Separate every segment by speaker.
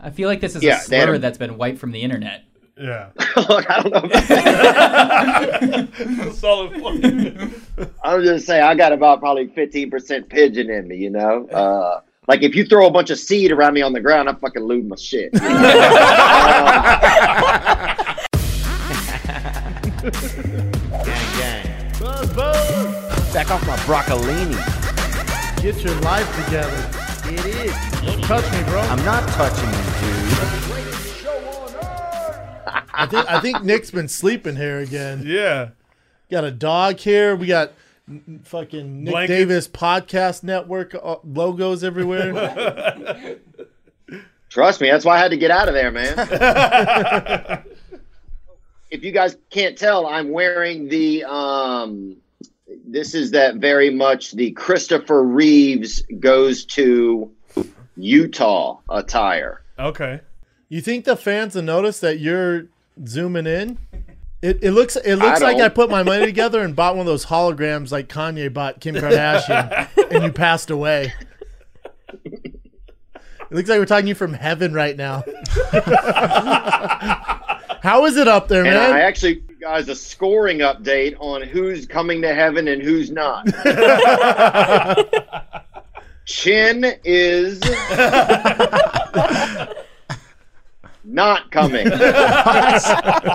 Speaker 1: I feel like this is
Speaker 2: Yeah,
Speaker 1: a
Speaker 2: they had
Speaker 1: slur
Speaker 2: a-
Speaker 1: that's been wiped from the internet.
Speaker 3: Yeah.
Speaker 2: Look, I don't know. About that.
Speaker 4: Solid point.
Speaker 2: I'm just saying, I got about probably 15% pigeon in me, you know? Uh, like, if you throw a bunch of seed around me on the ground, I fucking lose my shit. you know? Um,
Speaker 5: Back off my broccolini.
Speaker 3: Get your life together.
Speaker 5: It is.
Speaker 3: Touch me, bro.
Speaker 5: I'm not touching you, dude.
Speaker 3: I think, I think Nick's been sleeping here again.
Speaker 4: yeah.
Speaker 3: Got a dog here. We got n- fucking Nick
Speaker 4: Blankets.
Speaker 3: Davis podcast network uh, logos everywhere.
Speaker 2: Trust me, that's why I had to get out of there, man. if you guys can't tell, I'm wearing the um this is that very much the Christopher Reeves goes to Utah attire.
Speaker 4: Okay.
Speaker 3: you think the fans will notice that you're zooming in? It, it looks it looks like
Speaker 2: don't.
Speaker 3: I put my money together and bought one of those holograms like Kanye bought Kim Kardashian and you passed away. It looks like we're talking to you from heaven right now. How is it up there,
Speaker 2: And
Speaker 3: man?
Speaker 2: I actually gave you guys a scoring update on who's coming to heaven and who's not. Chin is not coming.
Speaker 4: That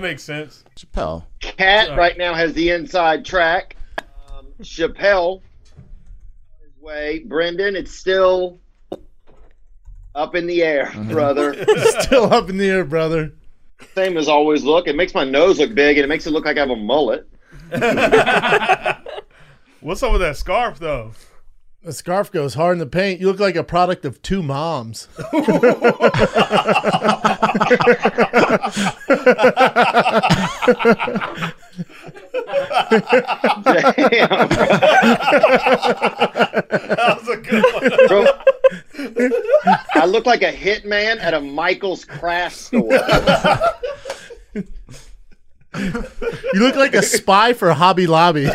Speaker 4: makes sense.
Speaker 5: Chappelle.
Speaker 2: Cat right now has the inside track. Um, Chappelle, on his way. Brendan, it's still up in the air,
Speaker 4: Mm-hmm.
Speaker 2: brother.
Speaker 3: Still up in the air, brother.
Speaker 2: Same as always. Look, it makes my nose look big, and it makes it look like I have a mullet.
Speaker 4: What's up with that scarf though?
Speaker 3: The scarf goes hard in the paint. You look like a product of two moms.
Speaker 2: Damn, bro.
Speaker 4: That was a good one.
Speaker 2: I look like a hitman at a Michael's craft store.
Speaker 3: You look like a spy for Hobby Lobby.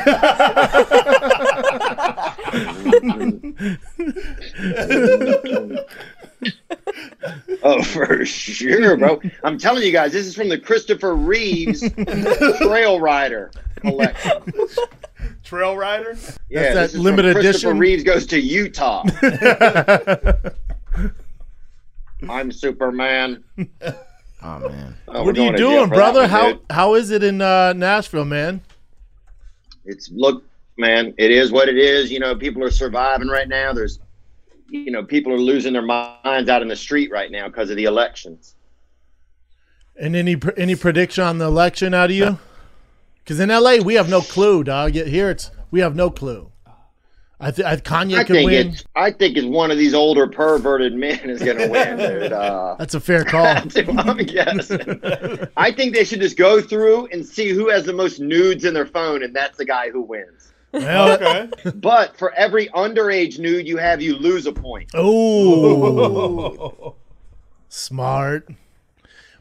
Speaker 2: Oh, for sure, bro. I'm telling you guys, this is from the Christopher Reeves Trail Rider collection.
Speaker 4: Trail rider.
Speaker 2: Yeah,
Speaker 3: that
Speaker 2: this is from
Speaker 3: limited
Speaker 2: Christopher
Speaker 3: edition?
Speaker 2: Reeves goes to Utah. I'm Superman.
Speaker 5: Oh man.
Speaker 2: Oh, we're
Speaker 3: what are
Speaker 2: going
Speaker 3: you
Speaker 2: to jail
Speaker 3: doing,
Speaker 2: for that
Speaker 3: brother?
Speaker 2: one,
Speaker 3: How
Speaker 2: dude.
Speaker 3: how is it in uh, Nashville, man?
Speaker 2: it's look, man. It is what it is. You know, people are surviving right now. There's, you know, people are losing their minds out in the street right now because of the elections.
Speaker 3: And any pr- any prediction on the election out of you? Because in LA we have no clue, dog. Yet here it's we have no clue. I, th- I Kanye
Speaker 2: I
Speaker 3: could
Speaker 2: think
Speaker 3: win.
Speaker 2: it's. I think it's one of these older perverted men is going to win. dude. Uh,
Speaker 3: That's a fair call.
Speaker 2: That's what I'm guessing. I think they should just go through and see who has the most nudes in their phone, and that's the guy who wins.
Speaker 3: well,
Speaker 4: Okay.
Speaker 2: But for every underage nude you have, you lose a point.
Speaker 3: Oh, smart.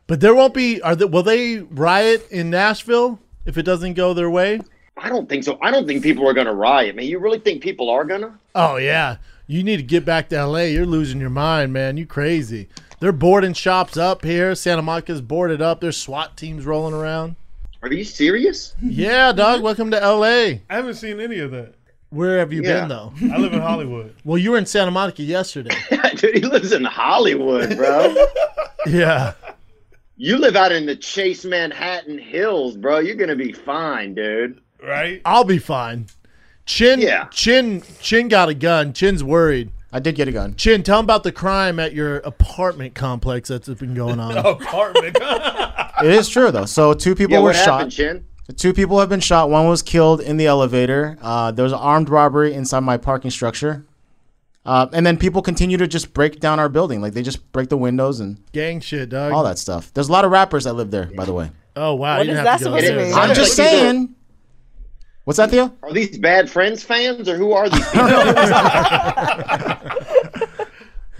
Speaker 3: But there won't be. Are the, will they riot in Nashville if it doesn't go their way?
Speaker 2: I don't think so. I don't think people are going to riot, man. You really think people are going to?
Speaker 3: Oh yeah, you need to get back to LA. You're losing your mind, man. You crazy. They're boarding shops up here. Santa Monica's boarded up. There's SWAT teams rolling around.
Speaker 2: Are you serious?
Speaker 3: Yeah, dog. Welcome to LA.
Speaker 4: I haven't seen any of that.
Speaker 3: Where have you
Speaker 2: Yeah.
Speaker 3: been though?
Speaker 4: I live in Hollywood.
Speaker 3: Well, you were in Santa Monica yesterday.
Speaker 2: Dude, he lives in Hollywood, bro.
Speaker 3: yeah.
Speaker 2: you live out in the Chase Manhattan Hills, bro. You're going to be fine, dude.
Speaker 4: Right?
Speaker 3: I'll be fine. Chin.
Speaker 2: Yeah.
Speaker 3: Chin. Chin got a gun. Chin's worried.
Speaker 5: I did get a gun.
Speaker 3: Chin, tell him about the crime at your apartment complex that's been going on.
Speaker 4: Apartment.
Speaker 5: It is true though. So two people
Speaker 2: Yeah,
Speaker 5: were
Speaker 2: what
Speaker 5: shot.
Speaker 2: happened, Chin?
Speaker 5: Two people have been shot. One was killed in the elevator. Uh, there was an armed robbery inside my parking structure. Uh, and then people continue to just break down our building. Like they just break the windows and
Speaker 3: Gang shit, dog.
Speaker 5: all that stuff. There's a lot of rappers that live there, by the way.
Speaker 3: Oh wow.
Speaker 6: What
Speaker 3: you
Speaker 6: is
Speaker 3: didn't have
Speaker 6: that
Speaker 3: go
Speaker 6: supposed to
Speaker 3: there.
Speaker 6: mean?
Speaker 2: Yeah,
Speaker 5: I'm just
Speaker 2: like, these are-
Speaker 5: saying. What's that, Theo?
Speaker 2: Are these bad friends fans or who are these people?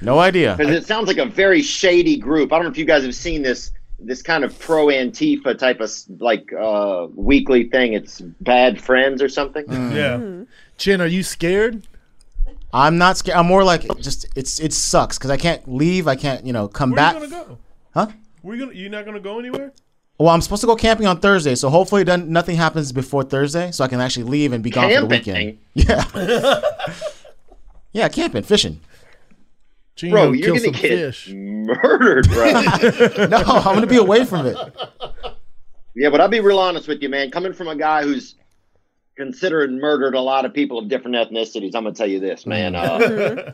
Speaker 5: No idea.
Speaker 2: because it sounds like a very shady group. I don't know if you guys have seen this this kind of pro Antifa type of like uh,
Speaker 4: Mm.
Speaker 5: Mm.
Speaker 4: Hmm.
Speaker 2: weekly thing. It's bad friends or something.
Speaker 4: yeah.
Speaker 3: Chin, are you scared?
Speaker 5: I'm not scared. I'm more like just it's it sucks because I can't leave. I can't you know come
Speaker 4: Where
Speaker 5: back.
Speaker 4: you gonna go?
Speaker 5: Huh?
Speaker 4: We're gonna. You're not gonna go anywhere.
Speaker 5: Well, I'm supposed to go camping on Thursday, so hopefully done, nothing happens before Thursday, so I can actually leave and be gone for the weekend.
Speaker 2: Camping?
Speaker 5: Yeah. yeah, camping, fishing.
Speaker 3: Gino,
Speaker 2: Bro, you're
Speaker 3: kill
Speaker 2: gonna
Speaker 3: some
Speaker 2: get
Speaker 3: fish.
Speaker 2: murdered, bro.
Speaker 5: No, I'm gonna be away from it.
Speaker 2: Yeah, but I'll be real honest with you, man. Coming from a guy who's considered murdered a lot of people of different ethnicities, I'm gonna tell you this, man.
Speaker 5: Mm-hmm.
Speaker 2: Uh,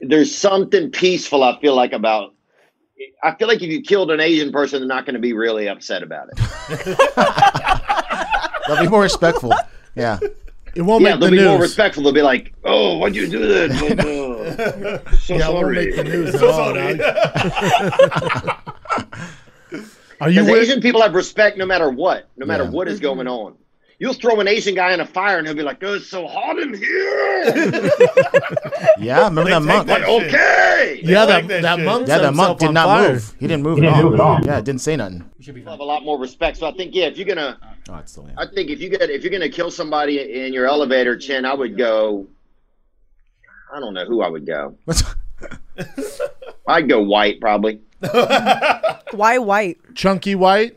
Speaker 2: there's something peaceful I feel like about. I feel like if you killed an Asian person, they're not going to be really upset about it.
Speaker 5: They'll be more respectful. Yeah.
Speaker 3: It won't
Speaker 2: yeah,
Speaker 3: make the
Speaker 2: they'll be more
Speaker 3: news.
Speaker 2: respectful. They'll be like, "Oh, why'd you do that?" But, uh, so
Speaker 3: Yeah, it won't
Speaker 2: sorry.
Speaker 3: make the news at
Speaker 4: So
Speaker 3: all.
Speaker 4: sorry.
Speaker 3: dog. Are you
Speaker 2: Because
Speaker 3: with?
Speaker 2: Asian people have respect no matter what, no matter
Speaker 5: Yeah.
Speaker 2: what is going on. You'll throw an Asian guy in a fire, and he'll be like, "Oh, it's so hot in here."
Speaker 5: Yeah, remember that
Speaker 4: take
Speaker 5: monk?
Speaker 4: that-
Speaker 2: okay.
Speaker 3: Yeah,
Speaker 4: like
Speaker 3: that,
Speaker 4: that
Speaker 3: that
Speaker 4: shit.
Speaker 3: monk.
Speaker 5: Yeah,
Speaker 3: set
Speaker 5: that monk
Speaker 3: himself
Speaker 5: did
Speaker 3: on
Speaker 5: not
Speaker 3: fire.
Speaker 5: move. He didn't move
Speaker 1: He
Speaker 5: at
Speaker 1: didn't
Speaker 5: all.
Speaker 1: move at all.
Speaker 5: Yeah, it didn't say nothing.
Speaker 2: people have a lot more respect. So I think yeah, if you're gonna,
Speaker 5: Oh, it's still
Speaker 2: I think if you get if you're gonna kill somebody in your elevator, Chin, I would go. I don't know who I would go. I'd go white probably.
Speaker 6: Why white?
Speaker 3: Chunky white,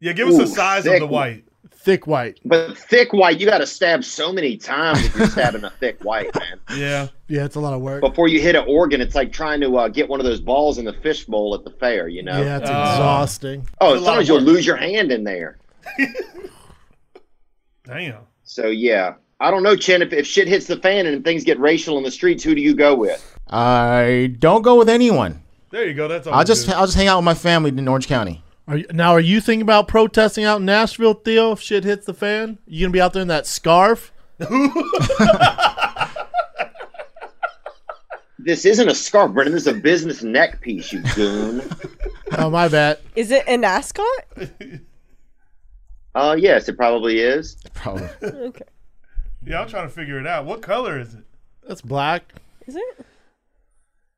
Speaker 4: Yeah, give us
Speaker 2: Ooh,
Speaker 4: the size of
Speaker 2: thick
Speaker 4: the white.
Speaker 3: thick white.
Speaker 2: But thick white, you got to stab so many times if you're stabbing a thick white man.
Speaker 4: Yeah.
Speaker 3: Yeah, it's a lot of work.
Speaker 2: Before you hit an organ, it's like trying to uh, get one of those balls in the fishbowl at the fair. You know?
Speaker 3: Yeah, it's exhausting.
Speaker 2: oh,
Speaker 4: It's a lot
Speaker 2: sometimes
Speaker 4: of
Speaker 2: you'll
Speaker 4: work.
Speaker 2: lose your hand in there.
Speaker 4: Damn.
Speaker 2: So yeah, I don't know, Chin. If, if shit hits the fan and things get racial in the streets, who do you go with?
Speaker 5: I don't go with anyone.
Speaker 4: There you go. That's all.
Speaker 5: I'll
Speaker 4: we
Speaker 5: just
Speaker 4: do.
Speaker 5: I'll just hang out with my family in Orange County.
Speaker 3: Are you, now, are you thinking about protesting out in Nashville, Theo? If shit hits the fan, you gonna be out there in that scarf? Oh,
Speaker 2: This isn't a scarf, Brendan. This is a business neck piece, you goon.
Speaker 3: Oh my bad.
Speaker 6: Is it an ascot?
Speaker 2: Uh, yes, it probably is.
Speaker 5: Probably.
Speaker 6: Okay.
Speaker 4: yeah, I'm trying to figure it out. What color is it?
Speaker 3: That's black.
Speaker 6: Is it?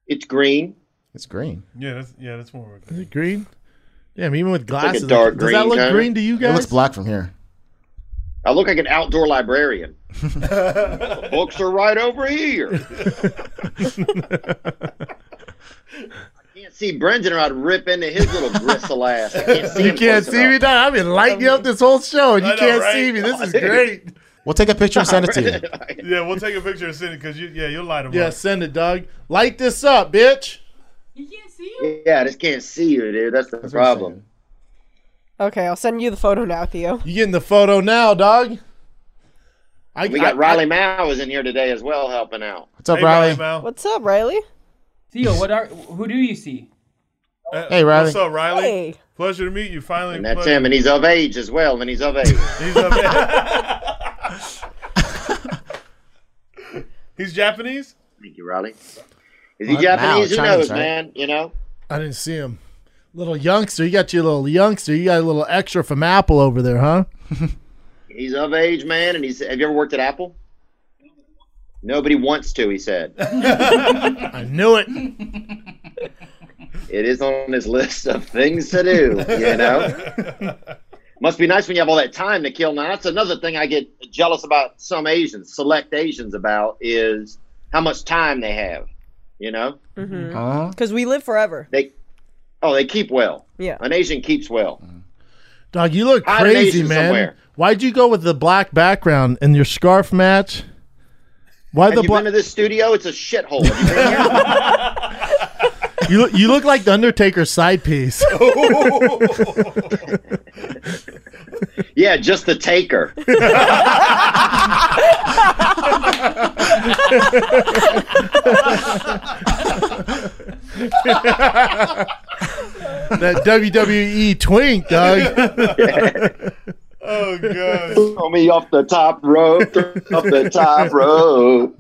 Speaker 2: It's green.
Speaker 5: It's green.
Speaker 4: Yeah, that's yeah, that's more.
Speaker 3: Is it green? Damn, even with
Speaker 2: a
Speaker 3: glasses,
Speaker 2: dark
Speaker 3: does that
Speaker 2: green
Speaker 3: look
Speaker 2: kinda.
Speaker 3: green to you
Speaker 5: It
Speaker 3: guys?
Speaker 5: looks black from here.
Speaker 2: I look like an outdoor librarian. the books are right over here. I can't see Brendan, or I'd rip into his little gristle ass. I can't see
Speaker 3: You
Speaker 2: him
Speaker 3: can't
Speaker 2: close
Speaker 3: see me,
Speaker 2: enough.
Speaker 3: dog. I've been lighting you up this whole show, and you
Speaker 4: I know,
Speaker 3: can't
Speaker 4: right?
Speaker 3: see me. This is great.
Speaker 5: We'll take a picture and send it to you.
Speaker 4: Yeah, we'll take a picture and send it because you yeah you'll light them
Speaker 3: Yeah,
Speaker 4: up.
Speaker 3: send it, Doug. Light this up, bitch.
Speaker 2: Yeah, I just can't see you, dude. That's the problem.
Speaker 6: Okay, I'll send you the photo now, Theo.
Speaker 3: You getting the photo now, dog? I
Speaker 2: We got
Speaker 3: I-
Speaker 2: Riley Mowers in here today as well, helping out.
Speaker 5: What's up,
Speaker 4: Hey,
Speaker 5: Riley?
Speaker 4: Mal.
Speaker 6: What's up, Riley?
Speaker 1: Theo, what are who do you see?
Speaker 4: Uh,
Speaker 5: Hey, Riley.
Speaker 4: What's up, Riley?
Speaker 6: Hey.
Speaker 4: Pleasure to meet you. Finally,
Speaker 2: And that's
Speaker 4: pleasure.
Speaker 2: him, and he's of age as well. And he's of age.
Speaker 4: He's up He's Japanese.
Speaker 2: Thank you, Riley. Is he
Speaker 5: Wow,
Speaker 2: Japanese? Who
Speaker 5: Chinese,
Speaker 2: knows,
Speaker 5: right?
Speaker 2: man? You know.
Speaker 3: I didn't see him. Little youngster, you got your little youngster. You got a little extra from Apple over there, huh?
Speaker 2: He's of age, man, and he's. Have you ever worked at Apple? Nobody wants to, he said.
Speaker 3: I knew it.
Speaker 2: it is on his list of things to do. You know, must be nice when you have all that time to kill. Now that's another thing I get jealous about. Some Asians, select Asians, about is how much time they have. You know,
Speaker 5: Uh-huh.
Speaker 7: Mm-hmm.
Speaker 6: Because we live forever.
Speaker 2: they oh they keep well.
Speaker 6: Yeah.
Speaker 2: An Asian keeps well.
Speaker 3: Dog, you look
Speaker 2: Hide an
Speaker 3: crazy,
Speaker 2: Asian
Speaker 3: man.
Speaker 2: somewhere.
Speaker 3: Oh.
Speaker 4: Oh,
Speaker 3: E
Speaker 2: Oh,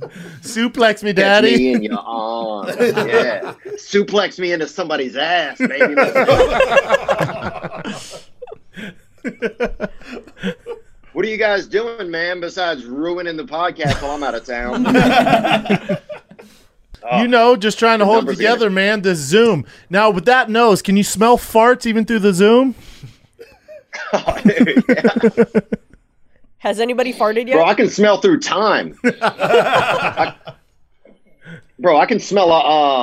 Speaker 2: Oh.
Speaker 6: Has anybody farted yet?
Speaker 2: Bro, I can smell through time. I- bro, I can smell a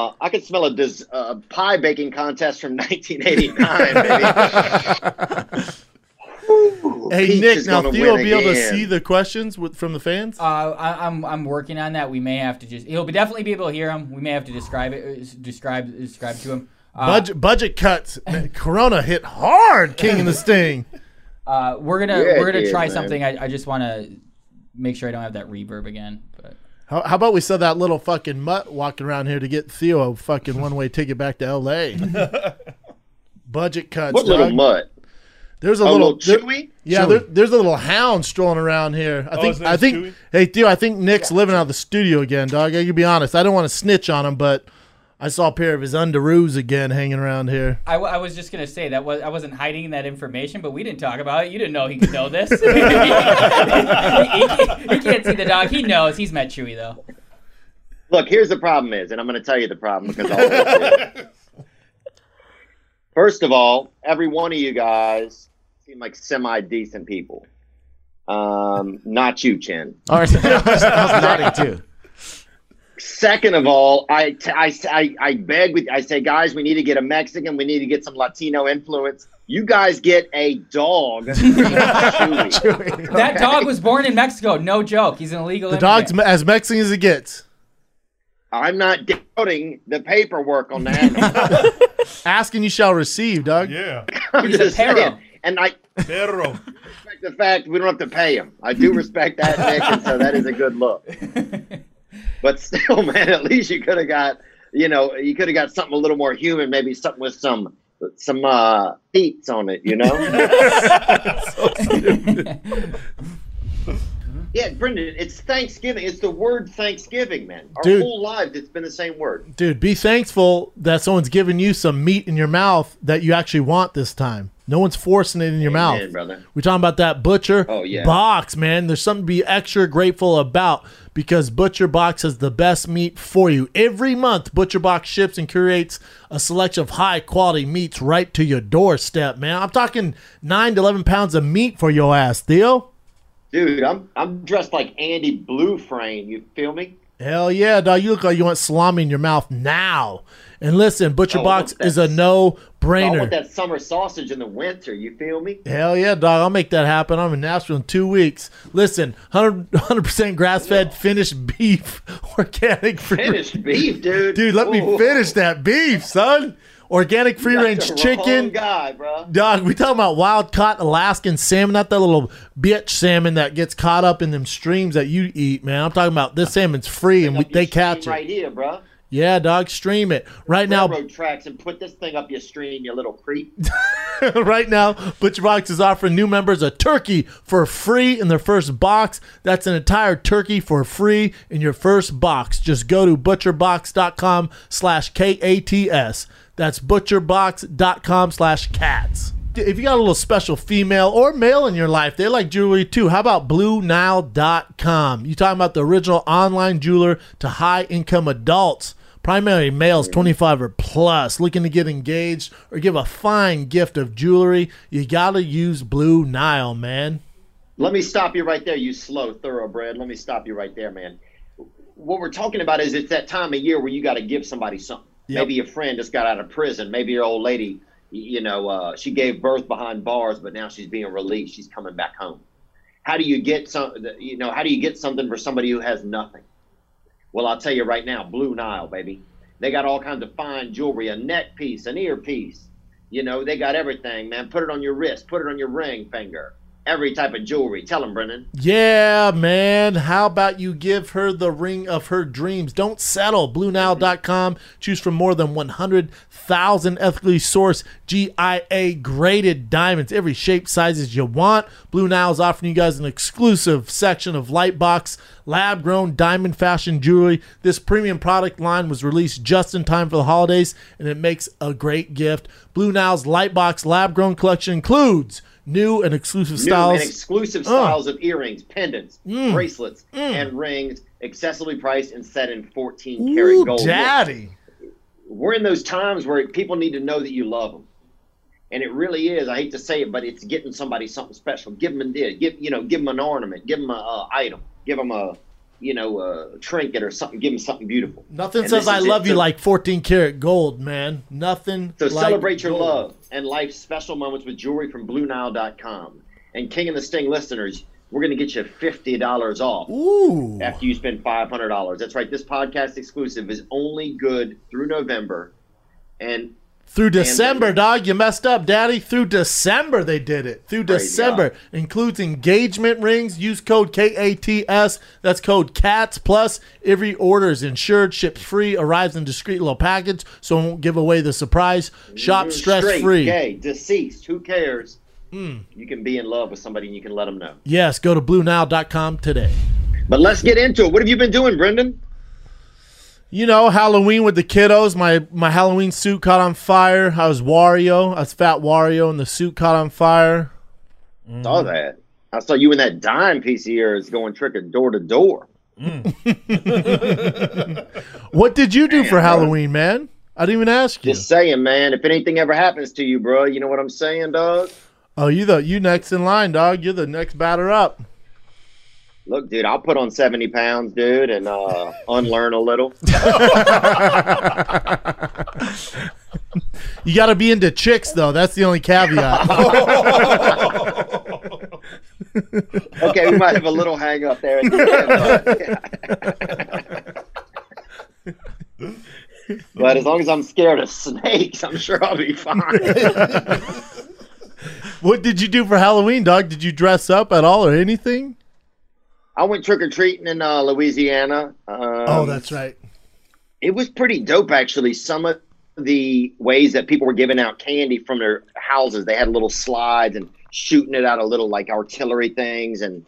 Speaker 2: uh, I can smell a, dis- a pie baking contest from 1989. Baby. Ooh,
Speaker 3: Hey,
Speaker 2: Peach
Speaker 3: Nick,
Speaker 2: is
Speaker 3: now
Speaker 2: gonna
Speaker 3: Theo will
Speaker 2: win
Speaker 3: be able to
Speaker 2: again.
Speaker 3: see the questions with, from the fans.
Speaker 8: Uh, I, I'm I'm working on that. We may have to just he'll be definitely be able to hear him. We may have to describe it, uh, describe describe to him. Uh,
Speaker 3: budget budget cuts. Man, Corona hit hard. King and the Sting.
Speaker 8: uh, we're gonna
Speaker 2: Yeah,
Speaker 8: we're gonna
Speaker 2: dude,
Speaker 8: try
Speaker 2: man.
Speaker 8: something. I, I just want to make sure I don't have that reverb again. But
Speaker 3: How, how about we sell that little fucking mutt walking around here to get Theo a fucking one way ticket back to L.A. budget cuts.
Speaker 2: What little
Speaker 3: dog.
Speaker 2: mutt?
Speaker 3: There's a
Speaker 2: A
Speaker 3: little.
Speaker 2: Oh, little,
Speaker 3: there-
Speaker 2: chewy? Oh,
Speaker 3: yeah, there, there's a little hound strolling around here. I think.
Speaker 4: his
Speaker 3: I
Speaker 4: name's
Speaker 3: think.
Speaker 4: Chewy?
Speaker 3: Hey, Theo. I think Nick's living out of the studio again, dog. I can be honest. I don't want to snitch on him, but I saw a pair of his underoos again hanging around here.
Speaker 8: I, w- I was just gonna say that was I wasn't hiding that information, but we didn't talk about it. You didn't know he could know this. he, he- he can't see the dog. He knows. He's met Chewy though.
Speaker 2: Look, here's the problem is, and I'm going to tell you the problem because all of us do. First of all, every one of you guys seem like semi decent people. Um, not you, Chin.
Speaker 5: All right, I was, I was nodding too.
Speaker 2: Second of all, I, t- I, I, I beg with I say, guys, we need to get a Mexican. We need to get some Latino influence. You guys get a dog. Chewy.
Speaker 8: That dog was born in Mexico. No joke. He's an illegal.
Speaker 3: The
Speaker 8: immigrant.
Speaker 3: dog's me- as Mexican as it gets.
Speaker 2: I'm not doubting the paperwork on that.
Speaker 3: Ask and you shall receive, dog.
Speaker 4: Yeah.
Speaker 2: I'm
Speaker 8: He's a
Speaker 2: just saying.
Speaker 8: perro.
Speaker 2: And I
Speaker 4: Perro.
Speaker 2: respect the fact we don't have to pay him. I do respect that, Nick, and so that is a good look. But still, man, at least you could have got, you know, you could have got something a little more human, maybe something with some some uh feet on it, you know? yeah, Brendan, it's Thanksgiving. It's the word Thanksgiving, man. Our
Speaker 3: Dude.
Speaker 2: whole lives it's been the same word.
Speaker 3: Dude, be thankful that someone's giving you some meat in your mouth that you actually want this time. No one's forcing it in your
Speaker 2: Amen,
Speaker 3: mouth.
Speaker 2: brother.
Speaker 3: We're talking about that butcher
Speaker 2: Oh, yeah.
Speaker 3: box, man. There's something to be extra grateful about because Butcher Box has the best meat for you. Every month, Butcher Box ships and curates a selection of high quality meats right to your doorstep, man. I'm talking nine to eleven pounds of meat for your ass, Theo.
Speaker 2: Dude, I'm I'm dressed like Andy Blue Frame, you feel me?
Speaker 3: Hell yeah, dog. You look like you want salami in your mouth now. And listen, Butcher
Speaker 2: I
Speaker 3: Box
Speaker 2: want that.
Speaker 3: is a no
Speaker 2: I Oh, want
Speaker 3: brainer.
Speaker 2: that summer sausage in the winter, you feel me?
Speaker 3: Hell yeah, dog. I'll make that happen. I'm in Nashville in two weeks. Listen, 100 percent grass fed, finished beef, organic free.
Speaker 2: Finished beef, dude.
Speaker 3: Dude, let me
Speaker 2: Whoa.
Speaker 3: finish that beef, son. Organic free
Speaker 2: That's
Speaker 3: range
Speaker 2: the wrong
Speaker 3: chicken.
Speaker 2: guy, bro.
Speaker 3: Dog, we talking about wild caught Alaskan salmon, not that little bitch salmon that gets caught up in them streams that you eat, man. I'm talking about this salmon's free and we,
Speaker 2: Uh, Up your
Speaker 3: they catch
Speaker 2: stream
Speaker 3: it.
Speaker 2: right here, bro.
Speaker 3: Yeah, dog, stream it right now.
Speaker 2: Railroad tracks and put this thing up your stream, you little creep.
Speaker 3: right now, ButcherBox is offering new members a turkey for free in their first box. That's an entire turkey for free in your first box. Just go to butcherbox.com slash K-A-T-S. That's butcherbox.com slash cats. If you got a little special female or male in your life, they like jewelry too. How about BlueNile.com? You talking about the original online jeweler to high income adults. Primary males 25 or plus looking to get engaged or give a fine gift of jewelry, you gotta use Blue Nile, man.
Speaker 2: Let me stop you right there, you slow thoroughbred. Let me stop you right there, man. What we're talking about is it's that time of year where you got to give somebody something. Maybe your friend just got out of prison. Maybe your old lady, y- you know, uh, she gave birth behind bars, but now she's being released. She's coming back home. How do you get some? You know, how do you get something for somebody who has nothing? Well, I'll tell you right now, Blue Nile, baby. They got all kinds of fine jewelry, a neck piece, an earpiece. You know, they got everything, man. Put it on your wrist, put it on your ring finger. Every type of jewelry. Tell them, Brennan.
Speaker 3: Yeah, man. How about you give her the ring of her dreams? Don't settle. BlueNile.com. Choose from more than 100,000 ethically sourced GIA graded diamonds, every shape, sizes you want. Blue Nile is offering you guys an exclusive section of Lightbox lab grown diamond fashion jewelry. This premium product line was released just in time for the holidays, and it makes a great gift. Blue Nile's Lightbox lab grown collection includes new and exclusive
Speaker 2: New
Speaker 3: styles. Uh. Mm.
Speaker 2: and exclusive styles of earrings, pendants, bracelets, and rings, accessibly priced and set in 14 karat
Speaker 3: Ooh,
Speaker 2: gold. Look,
Speaker 3: daddy.
Speaker 2: We're in those times where people need to know that you love them. And it really is. I hate to say it, but it's getting somebody something special. Give them a did. Give you know, give them an ornament. Give them a uh, item. Give them a you know a trinket or something. Give them something beautiful.
Speaker 3: Nothing
Speaker 2: And
Speaker 3: says
Speaker 2: this
Speaker 3: I
Speaker 2: is it.
Speaker 3: love you
Speaker 2: So-
Speaker 3: like 14 karat gold, man. Nothing.
Speaker 2: So
Speaker 3: like
Speaker 2: celebrate your
Speaker 3: gold.
Speaker 2: love and life's special moments with jewelry from BlueNile.com. And King of the Sting listeners, we're going to get you $50 off
Speaker 3: Ooh.
Speaker 2: after you spend $500. That's right. This podcast exclusive is only good through November. And uh,
Speaker 3: Through December,
Speaker 2: And-
Speaker 3: dog. You messed up, daddy. Through December, they did it. Through
Speaker 2: Praise
Speaker 3: December
Speaker 2: God.
Speaker 3: includes engagement rings. Use code KATS. That's code CATS. Plus, every order is insured, ships free, arrives in discreet little package, so I won't give away the surprise. Shop
Speaker 2: you're
Speaker 3: stress
Speaker 2: Mm-hmm. mm, straight,
Speaker 3: free. Hmm.
Speaker 2: Gay, deceased, who cares? You can be in love with somebody and you can let them know.
Speaker 3: Yes, go to BlueNile.com today.
Speaker 2: But let's get into it. What have you been doing, Brendan?
Speaker 3: You know, Halloween with the kiddos. My my Halloween suit caught on fire. I was Wario. I was Fat Wario, and the suit caught on fire. Mm.
Speaker 2: Saw that. I saw you in that dime piece of yours going trick or door to door.
Speaker 3: What did you do for
Speaker 2: bro.
Speaker 3: Halloween, man? I didn't even ask you.
Speaker 2: Just saying, man, if anything ever happens to you, bro, you know what I'm saying, dog?
Speaker 3: Oh, you the you next in line, dog. You're the next batter up.
Speaker 2: Look, dude, I'll put on seventy pounds, dude, and uh, unlearn a little.
Speaker 3: You got to be into chicks though. That's the only caveat.
Speaker 2: Okay, we might have a little hang up there. At the end, but- but as long as I'm scared of snakes, I'm sure I'll be fine.
Speaker 3: what did you do for Halloween, dog? Did you dress up at all or anything?
Speaker 2: I went trick or treating in uh, Louisiana. Um,
Speaker 3: oh, that's right.
Speaker 2: it was pretty dope actually some of the ways that people were giving out candy from their houses they had little slides and shooting it out of little like artillery things and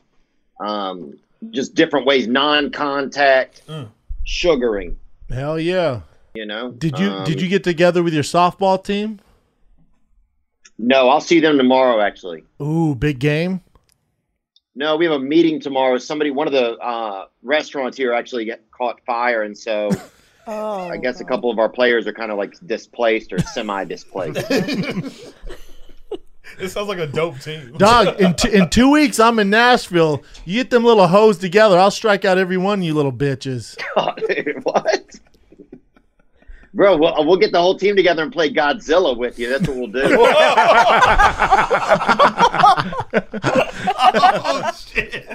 Speaker 2: um, just different ways non-contact
Speaker 3: Mm.
Speaker 2: sugaring
Speaker 3: Hell yeah.
Speaker 2: you know
Speaker 3: Did you
Speaker 2: Um,
Speaker 3: did you get together with your softball team?
Speaker 2: no i'll see them tomorrow actually
Speaker 3: Ooh, big game.
Speaker 2: no we have a meeting tomorrow somebody one of the uh, restaurants here actually got, caught fire and so
Speaker 6: Oh,
Speaker 2: i guess a couple of our players are kind of like displaced or semi-displaced
Speaker 4: It sounds like a dope team.
Speaker 3: Dog, in, t- in two weeks, I'm in Nashville. You get them little hoes together, I'll strike out every one of you little bitches.
Speaker 2: God, dude, what? Bro, we'll, we'll get the whole team together and play Godzilla with you. That's what we'll do.
Speaker 4: oh shit!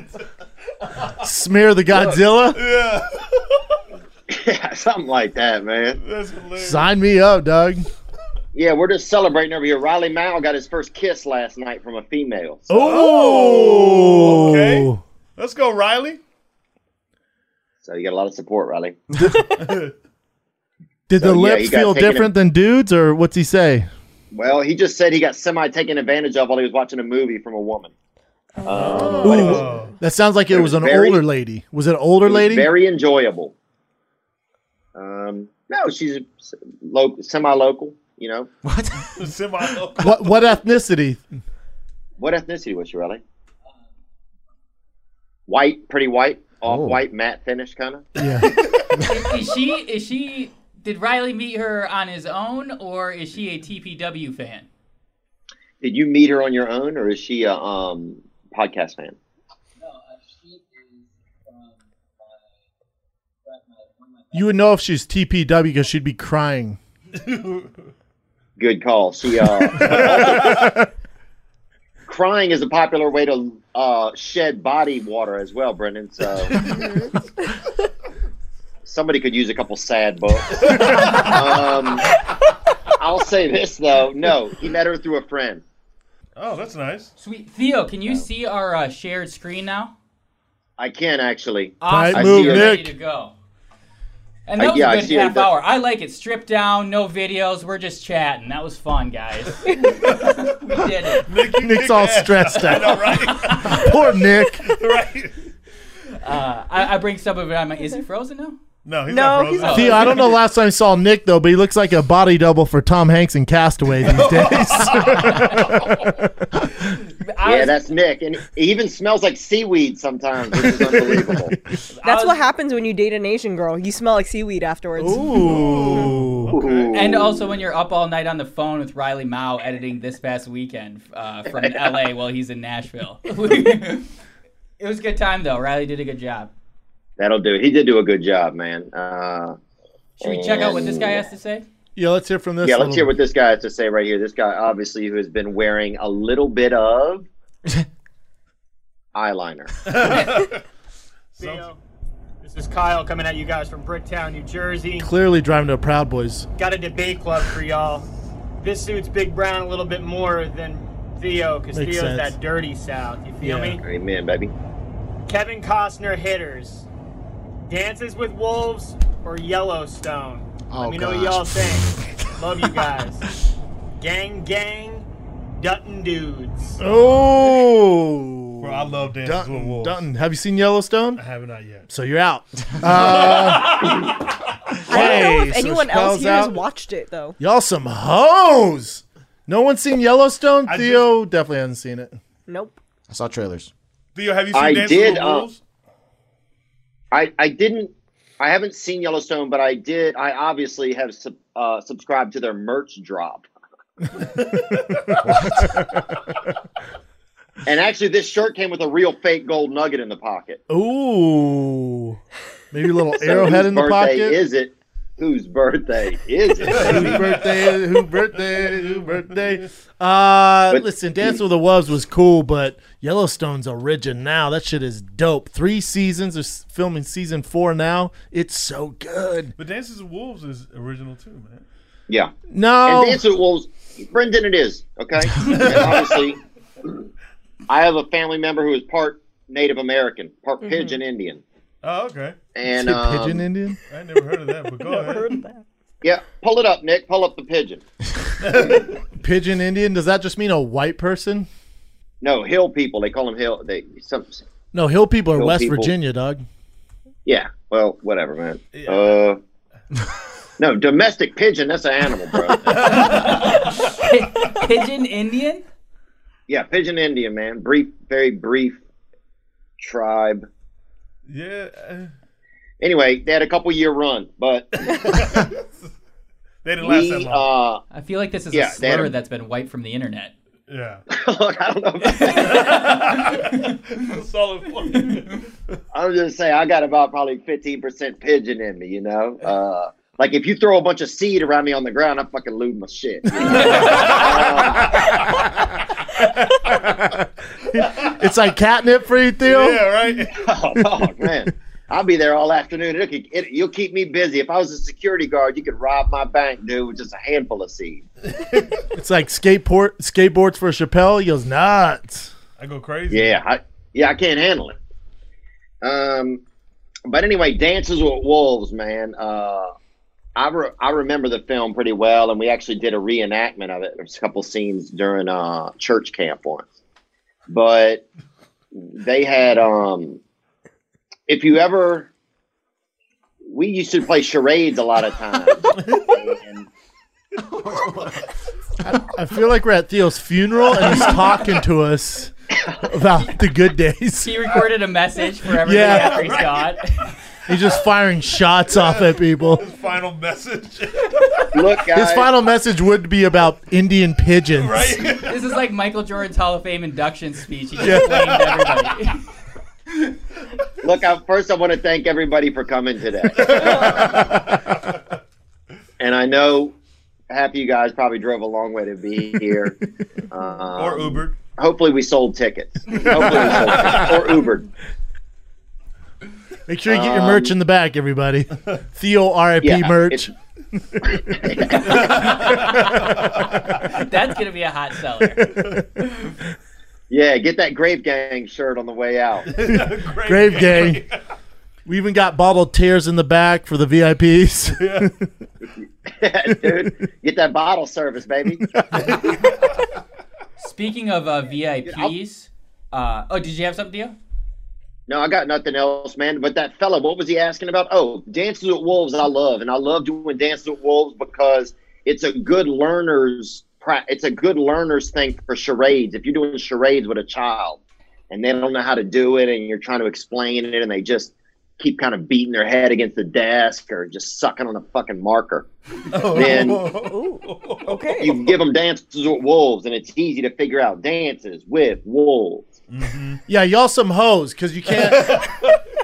Speaker 3: Smear the Godzilla.
Speaker 4: Yeah,
Speaker 2: yeah, something like that, man.
Speaker 4: that's hilarious.
Speaker 3: Sign me up, dog.
Speaker 2: Yeah, we're just celebrating over here. Riley Mao got his first kiss last night from a female. So,
Speaker 3: Oh,
Speaker 4: okay. Let's go, Riley.
Speaker 2: so you got a lot of support, Riley.
Speaker 3: Did the
Speaker 2: So, yeah, he
Speaker 3: lips
Speaker 2: got
Speaker 3: feel
Speaker 2: taken
Speaker 3: different than dudes, or what's he say?
Speaker 2: Well, he just said he got semi taken advantage of while he was watching a movie from a woman. Um, but it was, it
Speaker 4: Oh.
Speaker 3: That sounds like it,
Speaker 2: It
Speaker 3: was, an
Speaker 2: was very-
Speaker 3: older lady. Was it an older
Speaker 2: was
Speaker 3: lady?
Speaker 2: very enjoyable. Um, no, she's local, semi local, you know.
Speaker 5: What?
Speaker 4: Semi-
Speaker 3: What what ethnicity?
Speaker 2: What ethnicity was she, Riley? White, pretty white,
Speaker 3: Oh.
Speaker 2: off white, matte finish, kind of.
Speaker 3: Yeah.
Speaker 8: Is, is she? Is she? Did Riley meet her on his own, or is she a TPW fan?
Speaker 2: Did you meet her on your own, or is she a um, podcast fan?
Speaker 3: you would know if she's TPW because she'd be crying.
Speaker 2: Good call. She uh, also- crying is a popular way to uh, shed body water as well, Brendan. So somebody could use a couple sad books. um, I'll say this though: no, he met her through a friend.
Speaker 4: oh, that's nice.
Speaker 8: Sweet Theo, can you see our uh, shared screen now?
Speaker 2: I can actually.
Speaker 3: Tight
Speaker 8: Awesome.
Speaker 2: move,
Speaker 8: You're ready
Speaker 3: Nick.
Speaker 8: to go. And
Speaker 2: I-
Speaker 8: that was
Speaker 2: yeah, I
Speaker 8: a good
Speaker 2: see it,
Speaker 8: half
Speaker 2: but-
Speaker 8: hour. I like it. Stripped down, no videos. We're just chatting. That was fun, guys. we did it.
Speaker 4: Nick, you
Speaker 3: Nick's
Speaker 4: kicked
Speaker 3: all
Speaker 4: ass.
Speaker 3: stressed
Speaker 4: I know,
Speaker 3: out.
Speaker 4: right?
Speaker 3: Poor Nick.
Speaker 4: right?
Speaker 8: Uh, I, I bring some of it on my. Is he frozen now?
Speaker 4: No, he's
Speaker 6: No,
Speaker 4: not frozen.
Speaker 6: he's not.
Speaker 3: Theo, I don't know last time I saw Nick though, but he looks like a body double for Tom Hanks in Castaway these days.
Speaker 8: I
Speaker 2: Yeah,
Speaker 8: was-
Speaker 2: that's Nick, and he even smells like seaweed sometimes, which is unbelievable.
Speaker 8: I
Speaker 6: That's
Speaker 8: was-
Speaker 6: what happens when you date an Asian girl. You smell like seaweed afterwards.
Speaker 3: Ooh.
Speaker 2: Ooh.
Speaker 8: And also, when you're up all night on the phone with Riley Mao editing this past weekend uh, from LA while he's in Nashville. it was a good time, though. Riley did a good job.
Speaker 2: That'll do it. He did do a good job, man. Uh,
Speaker 8: Should we check out what this guy has to say?
Speaker 3: Yeah, let's hear from this.
Speaker 2: yeah,
Speaker 3: little-
Speaker 2: let's hear what this guy has to say right here. This guy, obviously, who has been wearing a little bit of eyeliner.
Speaker 4: Sounds-
Speaker 9: This is Kyle coming at you guys from Bricktown, New Jersey.
Speaker 3: Clearly driving to a Proud Boys.
Speaker 9: Got a debate club for y'all. This suits Big Brown a little bit more than Theo, because
Speaker 3: Makes
Speaker 9: Theo's
Speaker 3: sense.
Speaker 9: that dirty South. You feel
Speaker 3: Yeah.
Speaker 9: me?
Speaker 2: Amen, baby.
Speaker 9: Kevin Costner hitters. Dances with Wolves or Yellowstone?
Speaker 5: Oh,
Speaker 9: Let me know
Speaker 5: gosh.
Speaker 9: what y'all think. Love you guys. gang, gang, Dutton dudes.
Speaker 3: Oh,
Speaker 4: Bro, I love Dances with
Speaker 3: Dutton,
Speaker 4: Wolves.
Speaker 3: Dutton. Have you seen Yellowstone?
Speaker 4: I have not yet.
Speaker 3: So you're out.
Speaker 6: I don't know
Speaker 3: Hey,
Speaker 6: if
Speaker 3: so
Speaker 6: anyone
Speaker 3: Spell's
Speaker 6: else here has
Speaker 3: out.
Speaker 6: watched it though.
Speaker 3: Y'all some hoes. No one's seen Yellowstone.
Speaker 4: I
Speaker 3: Theo definitely hasn't seen it.
Speaker 6: Nope.
Speaker 5: I saw trailers.
Speaker 4: Theo, have you seen
Speaker 2: I
Speaker 4: Dances
Speaker 2: did,
Speaker 4: with
Speaker 2: uh,
Speaker 4: Wolves?
Speaker 2: I, I didn't I haven't seen Yellowstone, but I did. I obviously have sub, uh, subscribed to their merch drop. and actually, this shirt came with a real fake gold nugget in the pocket.
Speaker 3: Ooh, maybe a little
Speaker 2: So
Speaker 3: arrowhead
Speaker 2: whose
Speaker 3: in the
Speaker 2: birthday
Speaker 3: pocket.
Speaker 2: Is it? Whose birthday is it?
Speaker 3: who birthday? Who birthday? Who birthday? Uh,
Speaker 2: But-
Speaker 3: listen, Dance with the Wolves was cool, but Yellowstone's origin now. That shit is dope. Three seasons of s- filming season four now. It's so good.
Speaker 4: But Dances with Wolves is original too, man.
Speaker 2: yeah.
Speaker 3: No,
Speaker 2: And Dance with Wolves, Brendan, it is okay. And obviously, I have a family member who is part Native American, part
Speaker 4: Mm-hmm.
Speaker 2: Pigeon Indian,
Speaker 4: Oh, okay.
Speaker 2: and
Speaker 3: Say
Speaker 2: um,
Speaker 3: pigeon Indian.
Speaker 4: I never heard of that, but go ahead.
Speaker 2: yeah, pull it up, Nick. Pull up the pigeon.
Speaker 3: Pigeon Indian. Does that just mean a white person?
Speaker 2: No, hill people. They call them hill. They some.
Speaker 3: No, hill people are
Speaker 2: Hill
Speaker 3: West
Speaker 2: people.
Speaker 3: Virginia, dog.
Speaker 2: Yeah. Well, whatever, man. Uh, no, domestic pigeon. That's an animal, bro.
Speaker 8: Pigeon Indian?
Speaker 2: yeah, pigeon Indian, man. Brief, very brief tribe.
Speaker 4: Yeah, uh,
Speaker 2: Anyway, they had a couple year run, but
Speaker 4: they didn't last that
Speaker 2: we. Uh,
Speaker 4: long.
Speaker 8: I feel like this is
Speaker 2: Yeah,
Speaker 8: a
Speaker 2: they had
Speaker 8: slur
Speaker 2: a-
Speaker 8: that's been wiped from the internet.
Speaker 4: yeah,
Speaker 2: look, I don't know. If
Speaker 4: solid point.
Speaker 2: I'm just saying, I got about probably 15% pigeon in me, you know? Uh, like, if you throw a bunch of seed around me on the ground, I fucking lose my shit. you know? Um,
Speaker 3: It's like catnip for you, Theo.
Speaker 4: yeah, right.
Speaker 2: oh, dog, man. I'll be there all afternoon. It'll, keep- it, you'll keep me busy. If I was a security guard, you could rob my bank, dude, with just a handful of seed.
Speaker 3: It's like skateboard skateboards for Chappelle. He goes nuts.
Speaker 4: I go crazy.
Speaker 2: Yeah, I, yeah, I can't handle it. Um, but anyway, Dances with Wolves, man. Uh, I re- I remember the film pretty well, and we actually did a reenactment of it. There's a couple scenes during uh church camp once, but they had um, if you ever, we used to play charades a lot of times. and,
Speaker 3: I feel like we're at Theo's funeral and he's talking to us about the good days.
Speaker 8: He recorded a message for everybody
Speaker 3: Yeah,
Speaker 8: after he's gone.
Speaker 3: He's just firing shots off at people.
Speaker 4: Final message,
Speaker 2: look, guys,
Speaker 3: His final message would be about Indian pigeons.
Speaker 4: right?
Speaker 8: This is like Michael Jordan's Hall of Fame induction speech. He just blamed everybody.
Speaker 2: Look, I, first I want to thank everybody for coming today. and I know half of you guys probably drove a long way to be here. Um,
Speaker 4: or Ubered.
Speaker 2: Hopefully we sold tickets. Hopefully we sold tickets. Or Ubered.
Speaker 3: Make sure you get your merch in the back, everybody. Theo RIP
Speaker 2: Um, Yeah,
Speaker 3: merch.
Speaker 2: it's-
Speaker 8: That's going to be a hot seller.
Speaker 2: Yeah, get that Grave Gang shirt on the way out.
Speaker 3: Grave gang. We even got bottled tears in the back for the VIPs.
Speaker 2: Dude, get that bottle service, baby.
Speaker 8: Speaking of uh, VIPs, uh, oh, did you have something, Dio?
Speaker 2: No, I got nothing else, man. But that fella, what was he asking about? Oh, Dances with Wolves, I love, and I love doing Dances with Wolves because it's a good learners. pra- It's a good learners thing for charades. If you're doing charades with a child, and they don't know how to do it, and you're trying to explain it, and they just keep kind of beating their head against the desk or just sucking on a fucking marker.
Speaker 10: Oh.
Speaker 2: Then
Speaker 6: Okay.
Speaker 2: you give them dances with wolves, and it's easy to figure out dances with wolves.
Speaker 3: Yeah, y'all some hoes because you can't.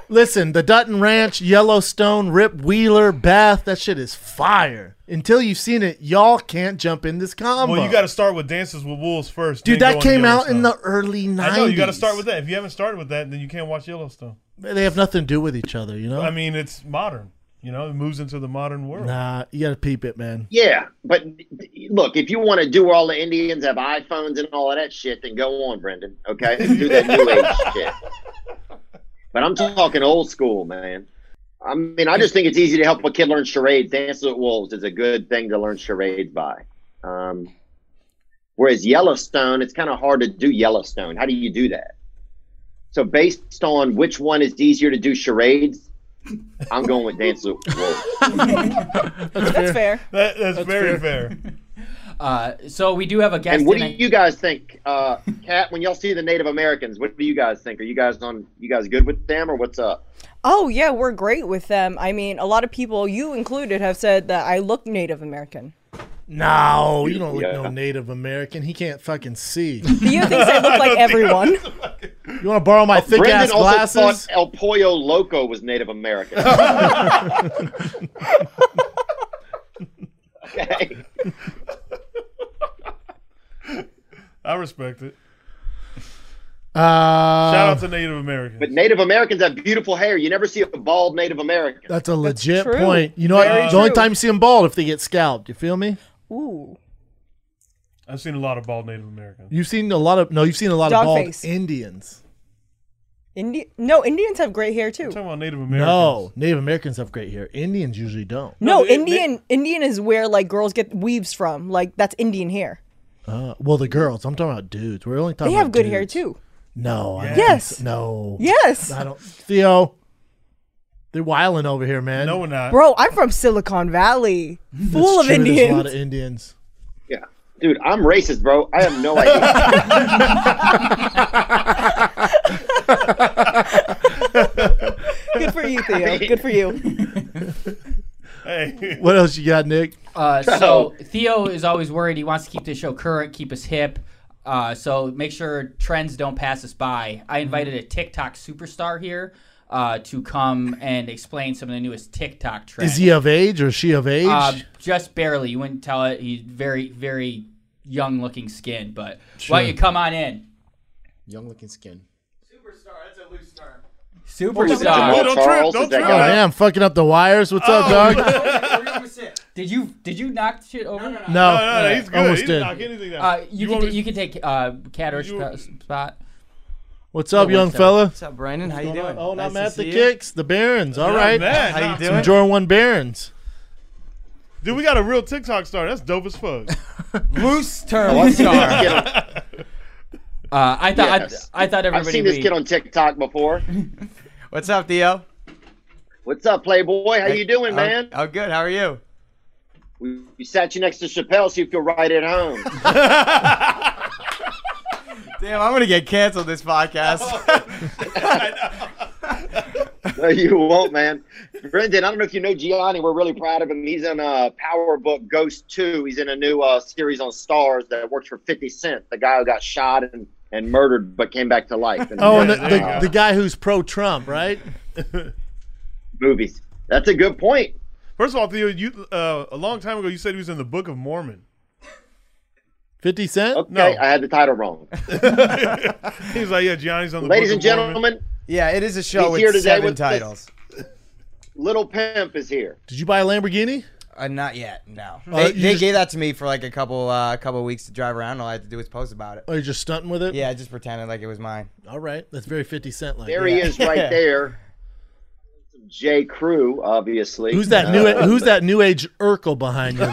Speaker 3: Listen, the Dutton Ranch, Yellowstone, Rip Wheeler, Bath, that shit is fire. Until you've seen it, y'all can't jump in this combo.
Speaker 4: Well, you got to start with Dances with Wolves first.
Speaker 3: Dude, that
Speaker 4: then go on
Speaker 3: came out in the
Speaker 4: Yellowstone.
Speaker 3: early 90s.
Speaker 4: I know you got to start with that. If you haven't started with that, then you can't watch Yellowstone.
Speaker 3: They have nothing to do with each other, you know?
Speaker 4: I mean, it's modern. You know, it moves into the modern world.
Speaker 3: nah, you got to peep it, man.
Speaker 2: Yeah, but look, if you want to do where all the Indians have iPhones and all of that shit, then go on, Brendan. Okay, do that new age shit. But I'm talking old school, man. I mean, I just think it's easy to help a kid learn charades. Dances with Wolves is a good thing to learn charades by. Um, whereas Yellowstone, it's kind of hard to do Yellowstone. How do you do that? So based on which one is easier to do charades, I'm going with Dances with Wolves.
Speaker 6: That's fair.
Speaker 4: That, that's, very fair.
Speaker 8: Uh, so we do have a guest.
Speaker 2: And what do
Speaker 8: tonight.
Speaker 2: you guys think, uh, Kat? When y'all see the Native Americans, what do you guys think? Are you guys on? You guys good with them, or what's up?
Speaker 6: Oh yeah, we're great with them. I mean, a lot of people, you included, have said that I look Native American.
Speaker 3: No, you don't look
Speaker 2: Yeah.
Speaker 3: no Native American. He can't fucking see.
Speaker 6: Theo thinks I look like everyone.
Speaker 3: You want to borrow
Speaker 4: Oh,
Speaker 3: my thick ass
Speaker 2: Brendan also
Speaker 3: glasses?
Speaker 2: thought El Pollo Loco was Native American. okay.
Speaker 4: I respect it.
Speaker 3: Uh,
Speaker 4: Shout out to Native Americans.
Speaker 2: But Native Americans have beautiful hair. You never see a bald Native American.
Speaker 3: that's a legit
Speaker 6: true.
Speaker 3: point. You know what?
Speaker 6: Very
Speaker 3: The only
Speaker 6: true.
Speaker 3: time you see them bald if they get scalped. You feel me?
Speaker 6: Ooh,
Speaker 4: I've seen a lot of bald Native Americans.
Speaker 3: You've seen a lot of no. You've seen a lot
Speaker 6: Dog
Speaker 3: of bald
Speaker 6: face.
Speaker 3: Indians.
Speaker 6: Indi- No, Indians have great hair too.
Speaker 4: I'm talking about Native Americans.
Speaker 3: No, Native Americans have great hair. Indians usually don't.
Speaker 6: No,
Speaker 4: they- they-
Speaker 6: Indian Indian is where like girls get weaves from. Like that's Indian hair.
Speaker 3: Uh, well, the girls. I'm talking about dudes. We're only
Speaker 6: They
Speaker 3: talking.
Speaker 6: have
Speaker 3: about
Speaker 6: good hair
Speaker 3: dudes.
Speaker 6: too.
Speaker 3: No. I don't
Speaker 6: Yes.
Speaker 3: think so. No.
Speaker 6: Yes,
Speaker 3: I don't. Theo, they're wilding over here, man.
Speaker 4: No, we're not.
Speaker 6: bro, I'm from Silicon
Speaker 3: Uh,
Speaker 6: Valley,
Speaker 3: That's
Speaker 6: full of
Speaker 3: true. There's a lot
Speaker 6: Indians.
Speaker 3: of Indians.
Speaker 2: Yeah. Dude, I'm racist, bro. I have no idea.
Speaker 6: Good for you, Theo. Good for you.
Speaker 4: Hey.
Speaker 3: What else you got, Nick?
Speaker 8: Uh, so Theo is always worried. He wants to keep the show current, keep us hip. Uh, so make sure trends don't pass us by. I
Speaker 3: Mm-hmm.
Speaker 8: invited a TikTok superstar here uh, to come and explain some of the newest TikTok trends.
Speaker 3: Is he of age or is she of age?
Speaker 8: Uh, just barely. You wouldn't tell it. He's very, very young-looking skin. But why don't you come on in,
Speaker 5: Young looking skin.
Speaker 2: Jamal
Speaker 8: superstar?
Speaker 4: don't trip,
Speaker 2: Charles
Speaker 4: don't
Speaker 2: is that
Speaker 4: trip.
Speaker 3: oh,
Speaker 2: guy?
Speaker 3: damn, fucking up the wires. What's up, dog?
Speaker 8: Did you did you knock shit over?
Speaker 3: No,
Speaker 4: Oh. No, no, he's good.
Speaker 3: Almost
Speaker 4: he
Speaker 3: did.
Speaker 4: did. knock anything down.
Speaker 8: Uh, you, can
Speaker 4: want
Speaker 8: ta-
Speaker 4: me-
Speaker 8: you can take uh, cat or
Speaker 4: You-
Speaker 8: sp- spot.
Speaker 3: What's up, young
Speaker 8: what's up?
Speaker 3: fella?
Speaker 11: What's up, Brandon? How you doing?
Speaker 3: Oh, and
Speaker 11: Nice
Speaker 3: I'm
Speaker 11: to
Speaker 3: at the
Speaker 11: see you.
Speaker 3: kicks, the Barons. All
Speaker 4: Not
Speaker 3: right,
Speaker 4: bad,
Speaker 11: How
Speaker 4: not-
Speaker 11: you doing?
Speaker 3: enjoying one Barons.
Speaker 4: Dude, we got a real TikTok star. That's dope as fuck.
Speaker 11: Loose
Speaker 2: I've
Speaker 11: term
Speaker 2: seen this
Speaker 11: star.
Speaker 2: kid on-
Speaker 8: Uh, I thought
Speaker 2: Yes.
Speaker 8: I, I thought
Speaker 2: I've
Speaker 8: everybody.
Speaker 2: seen this
Speaker 8: would-
Speaker 2: kid on TikTok before.
Speaker 11: What's up, Theo?
Speaker 2: What's up, Playboy? How you doing,
Speaker 11: Oh,
Speaker 2: man?
Speaker 11: Oh, good. How are you?
Speaker 2: We, we sat you next to Chappelle, so you feel right at home.
Speaker 11: Damn, I'm gonna get canceled this podcast.
Speaker 2: no, you won't, man. Brendan, I don't know if you know Gianni. We're really proud of him. He's in uh, Power Book Ghost 2. He's in a new uh, series on Stars that works for 50 Cent, the guy who got shot and, and murdered but came back to life uh, in
Speaker 3: Oh, and the,
Speaker 4: Yeah, there you
Speaker 3: the,
Speaker 4: go.
Speaker 3: the guy who's pro Trump, right?
Speaker 2: movies. That's a good point.
Speaker 4: First of all, Theo, you uh, a long time ago you said he was in the Book of Mormon.
Speaker 3: 50 Cent?
Speaker 2: Okay,
Speaker 4: No.
Speaker 2: I had the title wrong.
Speaker 4: He was like, yeah, Gianni's on the
Speaker 2: Ladies
Speaker 4: Book
Speaker 2: and
Speaker 4: of
Speaker 2: gentlemen,
Speaker 4: Mormon.
Speaker 11: yeah, it is a show
Speaker 2: He's here
Speaker 11: with
Speaker 2: today
Speaker 11: seven
Speaker 2: with this-
Speaker 11: titles.
Speaker 2: Little Pimp is here.
Speaker 3: Did you buy a Lamborghini?
Speaker 11: Uh, not yet.
Speaker 2: Uh,
Speaker 11: No,
Speaker 3: Oh,
Speaker 11: they,
Speaker 3: you
Speaker 11: they
Speaker 3: just-
Speaker 11: gave that to me for like a couple uh, couple weeks to drive around. All I had to do was post about it.
Speaker 3: Or you just stunting with it?
Speaker 11: Yeah, I just pretended like it was mine.
Speaker 3: All right. That's very 50 Cent like.
Speaker 2: There he is right there. J. Crew, obviously. Uh,
Speaker 3: Who's that new who's that new age Urkel behind you? there?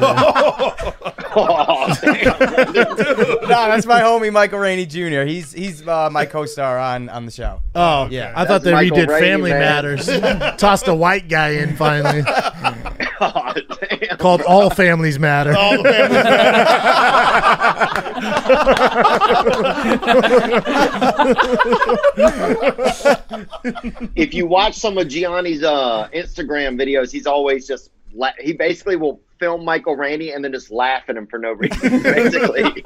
Speaker 2: Oh, damn.
Speaker 11: no, that's my homie Michael Rainey Jr. He's he's uh, my co-star on on the show.
Speaker 3: Oh,
Speaker 11: Yeah.
Speaker 3: I thought
Speaker 2: That's
Speaker 3: they
Speaker 2: Michael
Speaker 3: redid
Speaker 2: Ray,
Speaker 3: Family
Speaker 2: man.
Speaker 3: Matters. Tossed a white guy in finally.
Speaker 2: Oh, damn.
Speaker 3: called All Families Matter.
Speaker 4: All the family-
Speaker 2: if you watch some of Gianni's uh, Instagram videos, he's always just la- he basically will film Michael Randy and then just laugh at him for no reason. basically,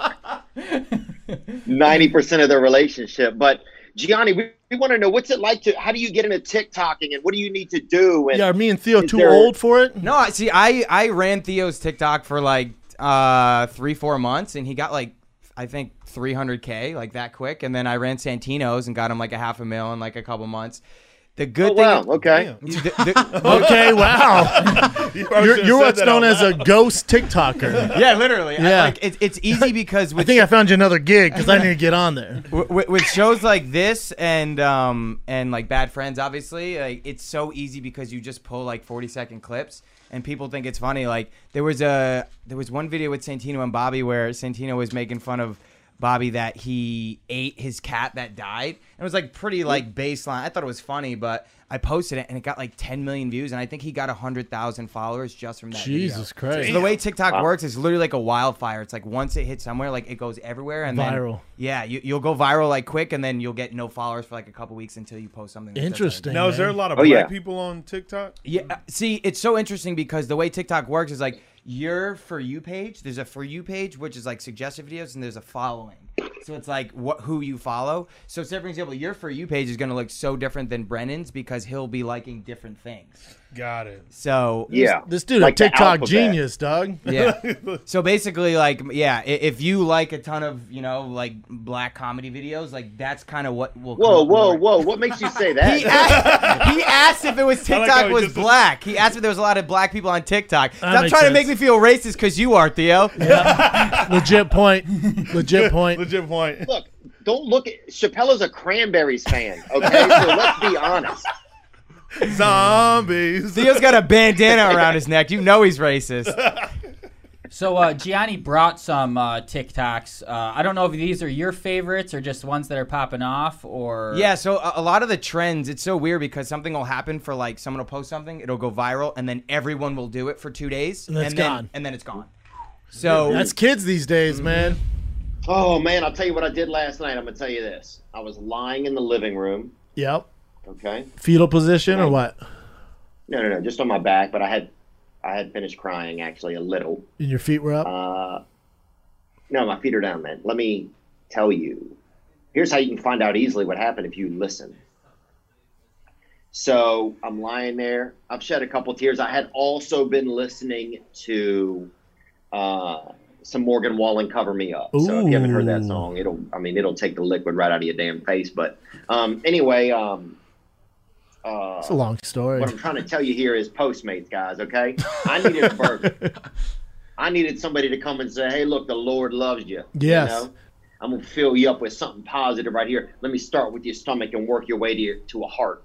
Speaker 2: ninety percent of their relationship. But Gianni, we, we want to know what's it like to. How do you get into TikToking and what do you need to do? And
Speaker 3: Yeah, are me and Theo
Speaker 2: Is
Speaker 3: too
Speaker 2: there-
Speaker 3: old for it?
Speaker 11: No, I see. I I ran Theo's TikTok for like uh three four months, and he got like I think 300k like that quick, and then I ran Santino's and got him like a half a mil in like a couple months. The good
Speaker 2: oh, wow,
Speaker 11: thing.
Speaker 2: okay.
Speaker 11: the- the-
Speaker 3: Okay, wow.
Speaker 4: You probably
Speaker 3: You're,
Speaker 4: should've
Speaker 3: you're
Speaker 4: said
Speaker 3: what's
Speaker 4: that
Speaker 3: known
Speaker 4: out
Speaker 3: as a
Speaker 4: loud.
Speaker 3: ghost TikToker.
Speaker 11: yeah, literally. I-
Speaker 3: Yeah.
Speaker 11: like, it's it's easy because
Speaker 3: I
Speaker 11: with
Speaker 3: think I found you another gig because I need to get on there.
Speaker 11: with, with shows like this and um and like Bad Friends, obviously, like it's so easy because you just pull like forty second clips and people think it's funny. Like there was a there was one video with Santino and Bobby where Santino was making fun of Bobby that he ate his cat that died. It was like pretty like baseline. I thought it was funny, but I posted it and it got like ten million views, and I think he got hundred thousand followers just from that. video.
Speaker 3: Jesus Christ.
Speaker 11: So the way TikTok works is literally like a wildfire. It's like once it hits somewhere, like it goes everywhere and then-
Speaker 3: Viral.
Speaker 11: yeah, you, you'll go viral like quick, and then you'll get no followers for like a couple weeks until you post something. that does that.
Speaker 3: Interesting.
Speaker 4: Now, is there a
Speaker 3: man.
Speaker 4: lot of
Speaker 2: Oh,
Speaker 4: black
Speaker 2: yeah.
Speaker 4: people on TikTok?
Speaker 11: Yeah. uh, See, it's so interesting because the way TikTok works is like your for you page. There's a for you page which is like suggested videos, and there's a following. So it's like what who you follow. So say for example, your for you page is going to look so different than Brennan's because he'll be liking different things.
Speaker 4: Got it.
Speaker 11: So
Speaker 2: Yeah,
Speaker 3: This dude
Speaker 2: Like
Speaker 3: a
Speaker 2: the
Speaker 3: TikTok
Speaker 2: alphabet.
Speaker 3: genius, dog.
Speaker 11: yeah. So basically, like, yeah, i- if you like a ton of, you know, like black comedy videos, like that's kind of what will. come
Speaker 2: Whoa,
Speaker 11: up
Speaker 2: whoa,
Speaker 11: more.
Speaker 2: whoa! What makes you say that?
Speaker 11: He asked, he asked if it was
Speaker 4: I like
Speaker 11: TikTok
Speaker 4: how he
Speaker 11: was
Speaker 4: just-
Speaker 11: black. He asked if there was a lot of black people on TikTok. Stop trying
Speaker 3: makes
Speaker 11: to make
Speaker 3: sense.
Speaker 11: me feel racist because you are, Theo.
Speaker 3: Legit point. Legit point.
Speaker 4: Legit point.
Speaker 2: Look, don't look at Chappelle's a Cranberries fan. Okay, so let's be honest.
Speaker 4: Zombies.
Speaker 11: Theo's got a bandana around his neck. You know he's racist.
Speaker 8: So uh, Gianni brought some uh, TikToks. Uh, I don't know if these are your favorites or just ones that are popping off, or
Speaker 11: Yeah, so a, a lot of the trends, it's so weird because something will happen for like someone will post something, it'll go viral, and then everyone will do it for two days,
Speaker 3: And it's
Speaker 11: then
Speaker 3: gone.
Speaker 11: and then it's gone. So
Speaker 3: That's kids these days, man.
Speaker 2: Oh man, I'll tell you what I did last night. I'm gonna tell you this. I was lying in the living room.
Speaker 3: Yep.
Speaker 2: Okay.
Speaker 3: Fetal position or what?
Speaker 2: No, no, no, just on my back. But I had, I had finished crying actually a little.
Speaker 3: And your feet were up.
Speaker 2: Uh, no, my feet are down, man. Let me tell you. Here's how you can find out easily what happened if you listen. So I'm lying there. I've shed a couple tears. I had also been listening to uh, some Morgan Wallen "Cover Me Up." So if you haven't heard that
Speaker 3: Ooh.
Speaker 2: song, it'll I mean it'll take the liquid right out of your damn face. But um, anyway, um, uh,
Speaker 3: It's a long story.
Speaker 2: what I'm trying to tell you here is Postmates, guys, okay? I needed a burger. I needed somebody to come and say, hey, look, the Lord loves you.
Speaker 3: Yes.
Speaker 2: You know? I'm going to fill you up with something positive right here. Let me start with your stomach and work your way to, your, to a heart.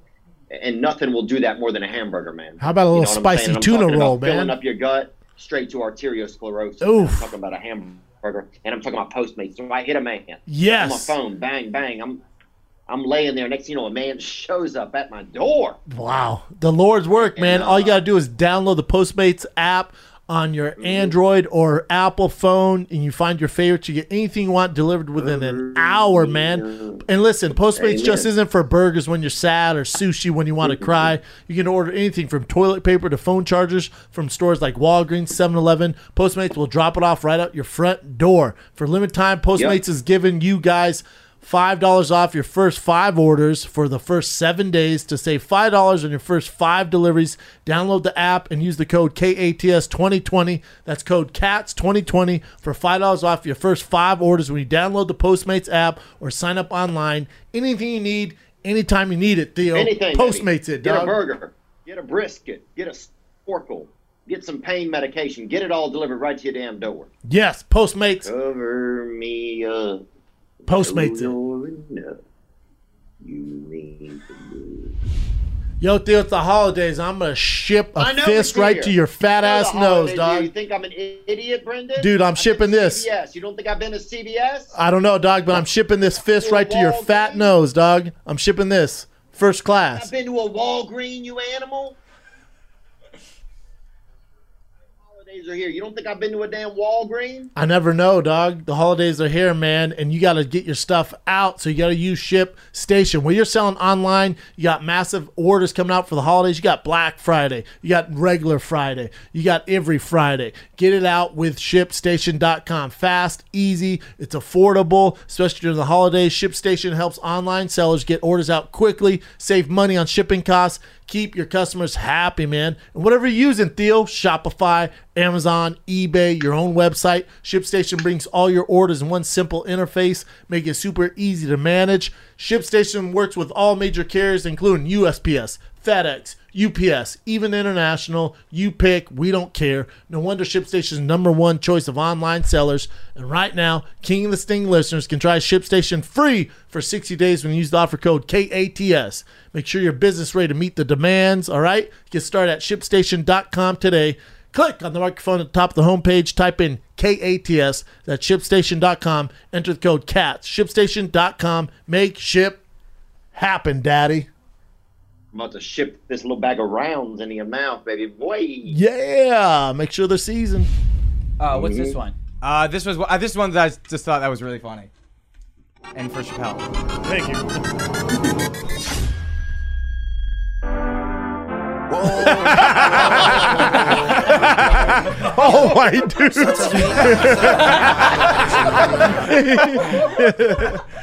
Speaker 2: And nothing will do that more than a hamburger, man.
Speaker 3: How about a little
Speaker 2: what I'm saying?
Speaker 3: Oh, spicy
Speaker 2: I'm
Speaker 3: tuna
Speaker 2: talking about
Speaker 3: roll, man?
Speaker 2: Filling up your gut straight to arteriosclerosis.
Speaker 3: Oof.
Speaker 2: I'm talking about a hamburger. And I'm talking about Postmates. So I hit a man on my
Speaker 3: Yes.
Speaker 2: phone. Bang, bang. I'm, I'm laying there. Next thing you know, a man shows up at my door.
Speaker 3: Wow. The Lord's work, man. All you got to do is download the Postmates app on your Android or Apple phone and you find your favorites. You get anything you want delivered within an hour, man. And listen, Postmates just
Speaker 2: Amen.
Speaker 3: isn't for burgers when you're sad or sushi when you want to cry. You can order anything from toilet paper to phone chargers from stores like Walgreens, 7 Eleven. Postmates will drop it off right out your front door. For limited time, Postmates is giving you guys five dollars off your first five orders for the first seven days to save five dollars on your first five deliveries. Download the app and use the code KATS2020. That's code CATS2020 for five dollars off your first five orders when you download the Postmates app or sign up online. Anything you need, anytime you need it, Theo.
Speaker 2: Anything.
Speaker 3: Postmates
Speaker 2: baby.
Speaker 3: it,
Speaker 2: Get
Speaker 3: dog.
Speaker 2: a burger. Get a brisket. Get a sporkle. Get some pain medication. Get it all delivered right to your damn door.
Speaker 3: Yes, Postmates.
Speaker 2: Cover me up.
Speaker 3: Postmates it.
Speaker 2: You're enough. You mean to do.
Speaker 3: Yo, Theo, it's the holidays. I'm gonna ship
Speaker 2: I
Speaker 3: a
Speaker 2: know
Speaker 3: fist
Speaker 2: it's here.
Speaker 3: right to your fat ass
Speaker 2: Oh,
Speaker 3: nose,
Speaker 2: dude,
Speaker 3: dog.
Speaker 2: You think I'm an idiot, Brendan?
Speaker 3: Dude, I'm
Speaker 2: I've been
Speaker 3: shipping
Speaker 2: to
Speaker 3: this.
Speaker 2: CVS. You don't think I've been to CVS?
Speaker 3: I don't know, dog, but I'm shipping this fist right to your fat nose, dog. I'm shipping this first
Speaker 2: I've
Speaker 3: class.
Speaker 2: been to a Walgreen, you animal. holidays are here. You don't think I've been to a damn Walgreens?
Speaker 3: I never know, dog. The holidays are here, man, and you got to get your stuff out. So you got to use Ship Station. When you're selling online, you got massive orders coming out for the holidays. You got Black Friday, you got regular Friday, you got every Friday. Get it out with ShipStation.com. Fast, easy, it's affordable, especially during the holidays. ShipStation helps online sellers get orders out quickly, save money on shipping costs keep your customers happy, man. And whatever you're using, Theo, Shopify, Amazon, eBay, your own website, ShipStation brings all your orders in one simple interface, making it super easy to manage. ShipStation works with all major carriers, including USPS, FedEx, UPS, even international. You pick, we don't care. No wonder ShipStation is number one choice of online sellers. And right now, King of the Sting listeners can try ShipStation free for 60 days when you use the offer code KATS. Make sure your business ready to meet the demands, all right? Get started at shipstation.com today. Click on the microphone at the top of the homepage, type in KATS, that's shipstation.com, enter the code CATS, shipstation.com, make ship happen, daddy.
Speaker 2: I'm about to ship this little bag of rounds into your mouth, baby boy.
Speaker 3: Yeah, make sure they're seasoned.
Speaker 8: Uh, what's this one?
Speaker 11: Uh, this was uh, this one that I just thought that was really funny, and for Chappelle.
Speaker 4: Thank you.
Speaker 3: Oh my dude.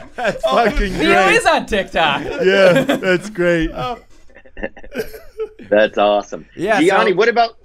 Speaker 3: that's fucking
Speaker 8: Theo
Speaker 3: great.
Speaker 8: is on TikTok.
Speaker 3: Yeah, that's great.
Speaker 2: That's awesome.
Speaker 11: Yeah,
Speaker 2: Gianni,
Speaker 11: so-
Speaker 2: what about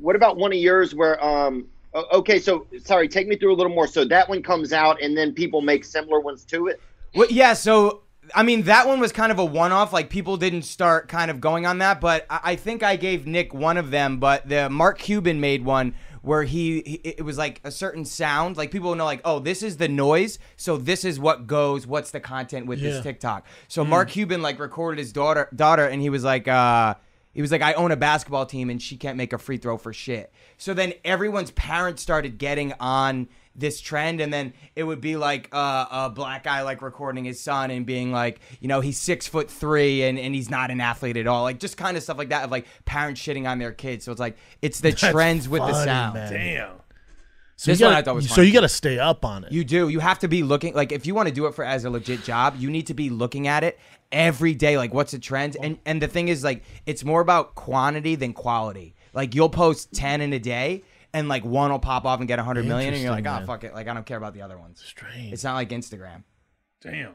Speaker 2: what about one of yours where um o- okay, so sorry, take me through a little more. So that one comes out and then people make similar ones to it.
Speaker 11: Well, yeah, so I mean that one was kind of a one-off. Like people didn't start kind of going on that, but I, I think I gave Nick one of them. But the Mark Cuban made one where he, he it was like a certain sound. Like people know, like oh, this is the noise, so this is what goes. What's the content with
Speaker 3: Yeah.
Speaker 11: this TikTok?
Speaker 3: Hmm.
Speaker 11: So Mark Cuban like recorded his daughter daughter, and he was like. uh he was like, I own a basketball team and she can't make a free throw for shit. So then everyone's parents started getting on this trend, and then it would be like uh, a black guy like recording his son and being like, you know, he's six foot three and, and he's not an athlete at all. Like just kind of stuff like that of like parents shitting on their kids. So it's like it's the trends with the
Speaker 3: funny,
Speaker 11: sound.
Speaker 3: man.
Speaker 4: Damn.
Speaker 3: So
Speaker 11: This
Speaker 3: you
Speaker 11: one
Speaker 3: gotta-
Speaker 11: I thought was
Speaker 3: So
Speaker 11: funny.
Speaker 3: you got to stay up on it.
Speaker 11: You do. You have to be looking like if you want to do it for as a legit job, you need to be looking at it every day. Like what's the trend? And and the thing is like it's more about quantity than quality. Like you'll post ten in a day and like one will pop off and get hundred million and you're like,
Speaker 3: Interesting,
Speaker 11: oh
Speaker 3: man.
Speaker 11: fuck it. Like I don't care about the other ones.
Speaker 3: Strange.
Speaker 11: It's not like Instagram.
Speaker 4: Damn.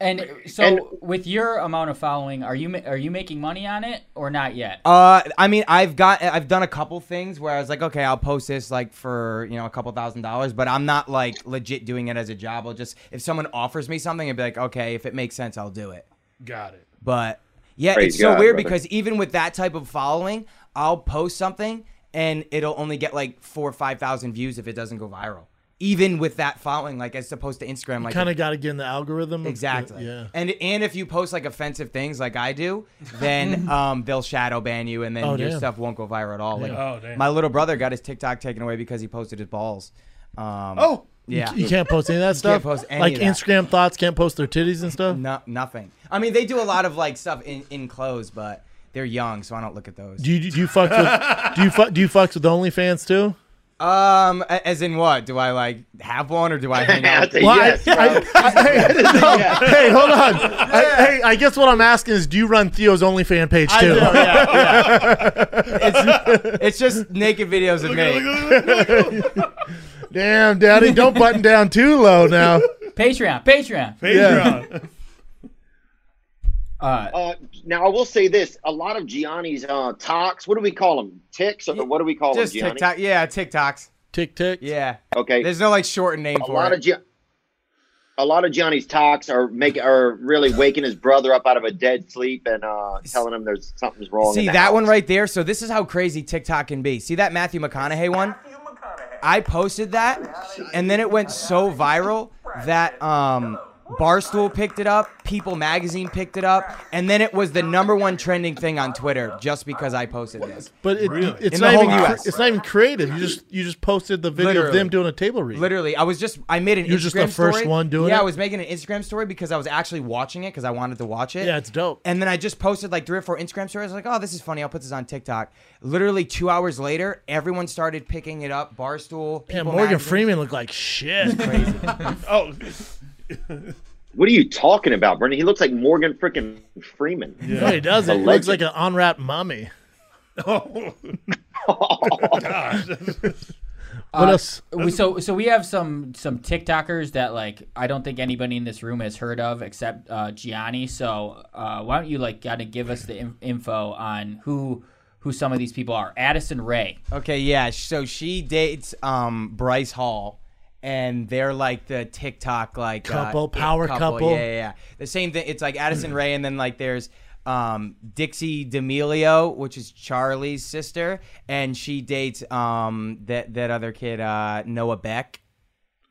Speaker 8: And so,
Speaker 2: And-
Speaker 8: with your amount of following, are you ma- are you making money on it or not yet?
Speaker 11: Uh, I mean, I've got, I've done a couple things where I was like, okay, I'll post this like for you know a couple thousand dollars, but I'm not like legit doing it as a job. I'll just if someone offers me something, I'd be like, okay, if it makes sense, I'll do it.
Speaker 4: Got it.
Speaker 11: But yeah,
Speaker 2: Praise
Speaker 11: it's so
Speaker 2: God,
Speaker 11: weird
Speaker 2: brother.
Speaker 11: because even with that type of following, I'll post something and it'll only get like four or five thousand views if it doesn't go viral. Even with that following, like as opposed to Instagram, like
Speaker 3: kind of got to get in the algorithm. of the-
Speaker 11: exactly.
Speaker 3: yeah.
Speaker 11: And and if you post like offensive things like I do, then um they'll shadow ban you and then
Speaker 3: Oh,
Speaker 11: your
Speaker 3: damn.
Speaker 11: stuff won't go viral at all. Like
Speaker 4: Oh, damn.
Speaker 11: my little brother got his TikTok taken away because he posted his balls. Um,
Speaker 4: Oh.
Speaker 11: yeah.
Speaker 3: You can't post any of that stuff.
Speaker 11: post any
Speaker 3: like
Speaker 11: of that.
Speaker 3: Instagram thoughts can't post their titties and stuff.
Speaker 11: No, nothing. I mean, they do a lot of like stuff in, in clothes, but they're young, so I don't look at those.
Speaker 3: Do you do you fuck with do you fuck do you fucks with OnlyFans too?
Speaker 11: Um, a- as in what? Do I like have one or do I hang out?
Speaker 2: That's
Speaker 11: With
Speaker 2: a
Speaker 11: the-
Speaker 3: Well, I-
Speaker 2: yes, bro.
Speaker 3: I- I- no, Hey, hold on. I, hey, I guess what I'm asking is, do you run Theo's OnlyFans page too?
Speaker 11: it's, it's just naked videos of me.
Speaker 3: Damn, Daddy, don't button down too low now.
Speaker 8: Patreon, Patreon.
Speaker 4: Patreon.
Speaker 2: Uh, now I will say this: a lot of Gianni's uh, talks. What do we call them? Ticks, or what do we call
Speaker 11: Just
Speaker 2: them? Gianni?
Speaker 11: TikTok. Yeah, TikToks.
Speaker 3: Tick tick.
Speaker 11: Yeah.
Speaker 2: Okay,
Speaker 11: There's no like shortened name
Speaker 2: a
Speaker 11: for
Speaker 2: lot
Speaker 11: it.
Speaker 2: of Gi- a lot of Johnny's talks are making are really waking his brother up out of a dead sleep and uh, telling him there's something's wrong.
Speaker 11: See
Speaker 2: in the
Speaker 11: that
Speaker 2: house.
Speaker 11: one right there. So this is how crazy TikTok can be. See that Matthew McConaughey one? I posted that, and then it went so viral that um Barstool picked it up, People Magazine picked it up, and then it was the number one trending thing on Twitter just because I posted this.
Speaker 3: But it, it's
Speaker 11: In
Speaker 3: not
Speaker 11: the
Speaker 3: even
Speaker 11: whole
Speaker 3: cre-
Speaker 11: US.
Speaker 3: it's not even creative. You just you just posted the video of
Speaker 11: Literally.
Speaker 3: them doing a table read.
Speaker 11: Literally, I was just I made an.
Speaker 3: You were
Speaker 11: Instagram
Speaker 3: just the first
Speaker 11: story.
Speaker 3: one doing
Speaker 11: Yeah, I
Speaker 3: it?
Speaker 11: was making an Instagram story because I was actually watching it because I wanted to watch it.
Speaker 3: Yeah, it's dope.
Speaker 11: And then I just posted like three or four Instagram stories. I was like, oh, this is funny. I'll put this on TikTok. Literally two hours later, everyone started picking it up. Barstool.
Speaker 3: Yeah,
Speaker 11: People
Speaker 3: Morgan
Speaker 11: Magazine.
Speaker 3: Freeman looked like shit.
Speaker 4: Oh,
Speaker 2: What are you talking about, Brendan? He looks like Morgan freaking Freeman.
Speaker 3: No, he doesn't.
Speaker 2: A
Speaker 3: He looks like
Speaker 2: legend.
Speaker 3: an unwrapped mummy.
Speaker 4: oh.
Speaker 3: What else?
Speaker 8: Uh, We, so so we have some some TikTokers that like I don't think anybody in this room has heard of except uh, Gianni. So uh, why don't you like kind of give us the in- info on who who some of these people are? Addison Ray.
Speaker 11: Okay, yeah. So she dates um Bryce Hall, and they're like the TikTok like uh,
Speaker 3: Couple,
Speaker 11: it
Speaker 3: power couple. Hmm.
Speaker 11: Yeah, yeah, yeah. The same thing. It's like Addison Ray, and then like there's um Dixie D'Amelio, which is Charlie's sister, and she dates um that that other kid uh Noah Beck.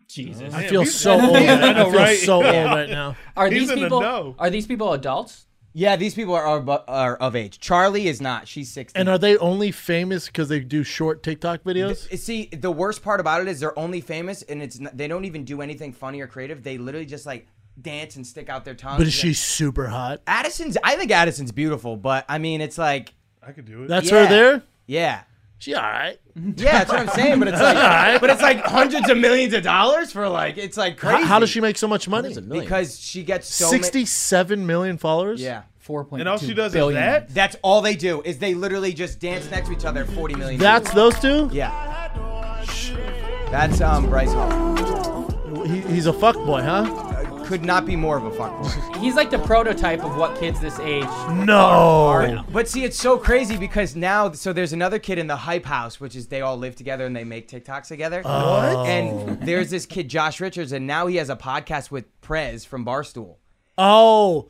Speaker 8: Jesus.
Speaker 3: I feel
Speaker 4: he's-
Speaker 3: so old.
Speaker 4: I
Speaker 3: I
Speaker 4: know,
Speaker 3: feel
Speaker 4: right?
Speaker 3: so old right now.
Speaker 8: Are
Speaker 4: He's
Speaker 8: these
Speaker 4: in the
Speaker 8: people
Speaker 4: know.
Speaker 8: are these people adults?
Speaker 11: Yeah, these people are are, are of age. Charlie is not. She's sixteen.
Speaker 3: And are they only famous because they do short TikTok videos?
Speaker 11: See, the worst part about it is they're only famous, and it's not, they don't even do anything funny or creative. They literally just like dance and stick out their tongues.
Speaker 3: But is she
Speaker 11: and-
Speaker 3: super hot?
Speaker 11: Addison's. I think Addison's beautiful, but I mean, it's like,
Speaker 4: I could do it.
Speaker 3: That's
Speaker 11: Yeah.
Speaker 3: her there.
Speaker 11: yeah,
Speaker 3: She all right.
Speaker 11: yeah, that's what I'm saying. But it's like, but it's like hundreds of millions of dollars for like, it's like
Speaker 3: How,
Speaker 11: crazy.
Speaker 3: how does she make so much money?
Speaker 11: Because she gets so ma-
Speaker 3: Sixty-seven million followers.
Speaker 11: yeah,
Speaker 8: Four point.
Speaker 4: and all she does
Speaker 8: billion.
Speaker 4: is that.
Speaker 11: that's all they do is they literally just dance next to each other. Forty million.
Speaker 3: That's those two.
Speaker 11: views. yeah. That's um Bryce Hall. Uh,
Speaker 3: He, he's a fuck boy, huh?
Speaker 11: Could not be more of a fuckboy.
Speaker 8: He's like the prototype of what kids this age.
Speaker 3: No.
Speaker 11: But see, it's so crazy because now, so there's another kid in the hype house, which is they all live together and they make TikToks together.
Speaker 3: Oh.
Speaker 11: And there's this kid, Josh Richards, and now he has a podcast with Prez from Barstool.
Speaker 3: Oh,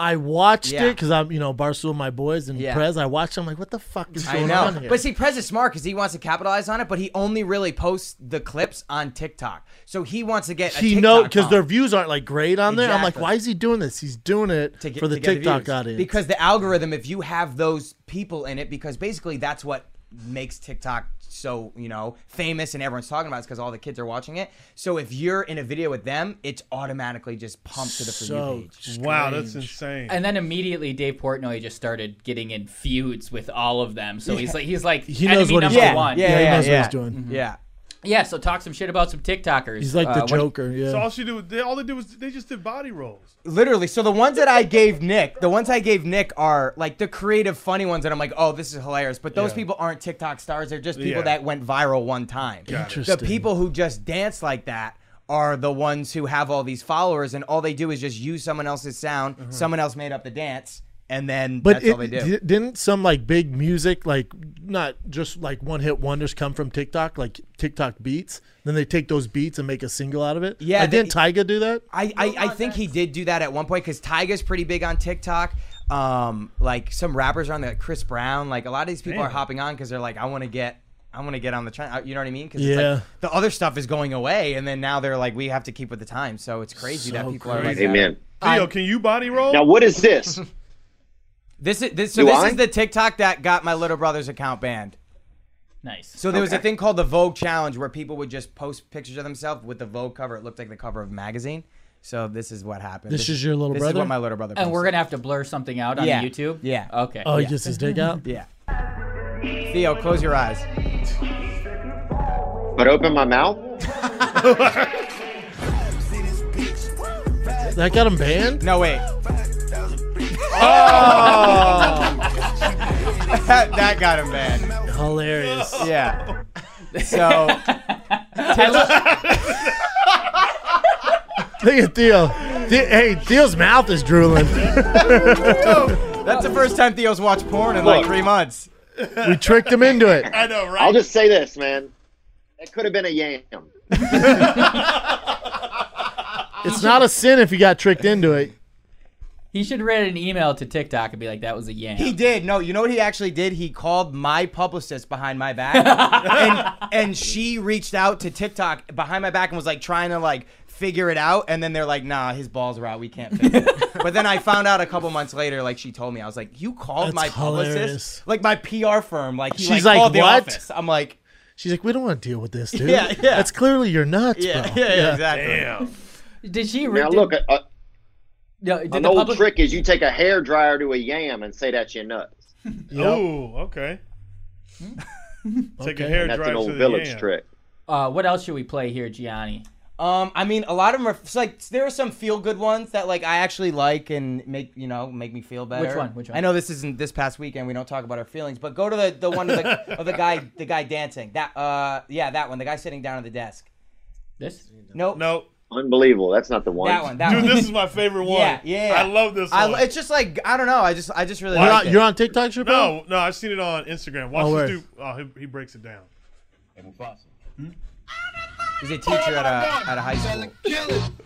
Speaker 3: I watched
Speaker 11: Yeah.
Speaker 3: it because I'm, you know, Barstool, my boys, and
Speaker 11: Yeah.
Speaker 3: Prez. I watched. I'm like, what the fuck is
Speaker 11: I
Speaker 3: going on
Speaker 11: know.
Speaker 3: here?
Speaker 11: But see, Prez is smart because he wants to capitalize on it, but he only really posts the clips on TikTok. So he wants to get a
Speaker 3: he
Speaker 11: uh, TikTok
Speaker 3: know because their
Speaker 11: following
Speaker 3: views aren't like great on there. I'm like,
Speaker 11: Exactly.
Speaker 3: why is he doing this? He's doing it
Speaker 11: to get-
Speaker 3: for the
Speaker 11: to get
Speaker 3: TikTok
Speaker 11: views.
Speaker 3: audience.
Speaker 11: Because the algorithm, if you have those people in it, because basically that's what makes TikTok so, you know, famous and everyone's talking about it because all the kids are watching it. So if you're in a video with them, it's automatically just pumped to the for you
Speaker 3: so
Speaker 11: page.
Speaker 4: Wow, that's
Speaker 3: strange.
Speaker 4: insane.
Speaker 8: And then immediately Dave Portnoy just started getting in feuds with all of them. So he's like he's like
Speaker 3: He knows
Speaker 8: enemy
Speaker 3: what he's
Speaker 8: number
Speaker 3: doing.
Speaker 8: one.
Speaker 11: Yeah,
Speaker 3: he
Speaker 11: yeah,
Speaker 3: knows
Speaker 11: yeah.
Speaker 3: what he's doing.
Speaker 11: Yeah.
Speaker 8: Mm-hmm. Yeah, so talk some shit about some TikTokers.
Speaker 3: He's like
Speaker 8: Uh,
Speaker 3: the
Speaker 8: what-
Speaker 3: Joker. Yeah.
Speaker 4: so all she do, they, all they do is they just did body rolls.
Speaker 11: Literally. So the ones that I gave Nick, the ones I gave Nick are like the creative, funny ones that I'm like, oh, this is hilarious. But those
Speaker 4: Yeah.
Speaker 11: people aren't TikTok stars. They're just people
Speaker 4: Yeah.
Speaker 11: that went viral one time. The
Speaker 3: Interesting.
Speaker 11: people who just dance like that are the ones who have all these followers, and all they do is just use someone else's sound. Someone else made up the dance, and then
Speaker 3: Uh-huh. But
Speaker 11: that's
Speaker 3: it,
Speaker 11: all they do.
Speaker 3: di- didn't some like big music, like not just like one hit wonders, come from TikTok, like TikTok beats. Then they take those beats and make a single out of it.
Speaker 11: Yeah,
Speaker 3: like,
Speaker 11: they-
Speaker 3: didn't Tyga do that?
Speaker 11: I, I, I think he did do that at one point because Tyga's pretty big on TikTok. Um, like some rappers are on there, like Chris Brown. Like a lot of these people
Speaker 4: Damn.
Speaker 11: are hopping on because they're like, I want to get, I want to get on the trend. You know what I mean? Because
Speaker 3: Yeah.
Speaker 11: like the other stuff is going away, and then now they're like, we have to keep with the times. So it's crazy that
Speaker 3: So
Speaker 11: people are like,
Speaker 3: crazy.
Speaker 11: that.
Speaker 2: Amen.
Speaker 4: Theo, can you body roll?
Speaker 2: Now, what is this?
Speaker 11: This is this. So
Speaker 2: Do
Speaker 11: this
Speaker 2: I?
Speaker 11: is the TikTok that got my little brother's account banned.
Speaker 8: Nice.
Speaker 11: So there was a thing called the Vogue challenge where people would just post pictures of themselves with the Vogue cover. It looked like the cover of a magazine. So this is what happened.
Speaker 3: This is your little
Speaker 11: this
Speaker 3: brother?
Speaker 11: This is what my little brother.
Speaker 8: And we're
Speaker 11: posted.
Speaker 8: gonna have to blur something out on
Speaker 11: Yeah.
Speaker 8: the YouTube.
Speaker 11: Yeah.
Speaker 8: Okay.
Speaker 3: Oh,
Speaker 11: Yeah.
Speaker 3: he gets his dick out.
Speaker 11: Yeah. Theo, close your eyes.
Speaker 2: But open my mouth.
Speaker 3: That got him banned.
Speaker 11: No, wait. Oh! that, that got him bad.
Speaker 3: Hilarious.
Speaker 11: Yeah. So,
Speaker 3: Look at Theo. Th- hey, Theo's mouth is drooling.
Speaker 11: that's the first time Theo's watched porn in like
Speaker 2: Look.
Speaker 11: three months.
Speaker 3: we tricked him into it.
Speaker 4: I know, right?
Speaker 2: I'll just say this, man. That could have been a yam.
Speaker 3: It's not a sin if you got tricked into it.
Speaker 8: He should write an email to TikTok and be like, "That was a yam."
Speaker 11: He did. No, you know what he actually did? He called my publicist behind my back, and, and she reached out to TikTok behind my back and was like trying to like figure it out, and then they're like, "Nah, his balls are out. We can't fix it." but then I found out a couple months later, like she told me, I was like, "You called
Speaker 3: That's
Speaker 11: my publicist,
Speaker 3: hilarious.
Speaker 11: like my PR firm, like he
Speaker 3: She's
Speaker 11: like,
Speaker 3: like,
Speaker 11: called the
Speaker 3: "What?"
Speaker 11: office." I'm like,
Speaker 3: She's like, we don't want to deal with this, dude.
Speaker 11: Yeah, yeah.
Speaker 3: That's clearly your nuts,
Speaker 11: "Yeah,
Speaker 3: bro.
Speaker 11: yeah, yeah, exactly."
Speaker 4: Damn.
Speaker 8: Did she?
Speaker 2: Now
Speaker 8: did-
Speaker 2: look, a, a,
Speaker 8: no, did
Speaker 2: an
Speaker 8: the
Speaker 2: old
Speaker 8: public-
Speaker 2: trick is you take a hair dryer to a yam and say that's your nuts.
Speaker 4: Oh, okay. Take a
Speaker 3: Okay.
Speaker 4: hair
Speaker 2: That's
Speaker 4: drive
Speaker 2: an
Speaker 4: to
Speaker 2: old
Speaker 4: the
Speaker 2: village
Speaker 4: yam.
Speaker 2: trick.
Speaker 8: Uh, what else should we play here, Gianni?
Speaker 11: Um, I mean, a lot of them are it's like there are some feel good ones that like I actually like and make you know make me feel better.
Speaker 8: one? Which one?
Speaker 11: I know this isn't this past weekend. We don't talk about our feelings, but go to the the one of the of the guy the guy dancing. That uh yeah that one the guy sitting down at the desk.
Speaker 8: This?
Speaker 11: Nope.
Speaker 4: No,
Speaker 2: Unbelievable. That's not the one.
Speaker 11: That one. That
Speaker 4: dude,
Speaker 11: one.
Speaker 4: this is my favorite one.
Speaker 11: Yeah, yeah.
Speaker 4: I love this
Speaker 11: I,
Speaker 4: one.
Speaker 11: it's just like I don't know. I just I just really
Speaker 3: You're,
Speaker 11: like
Speaker 3: on,
Speaker 11: it.
Speaker 3: you're on TikTok, Chappelle?
Speaker 4: no, no, I've seen it on Instagram. Watch
Speaker 3: Oh,
Speaker 4: this
Speaker 3: where?
Speaker 4: dude. Oh, he, he breaks it down.
Speaker 11: He's a teacher at a at a high school.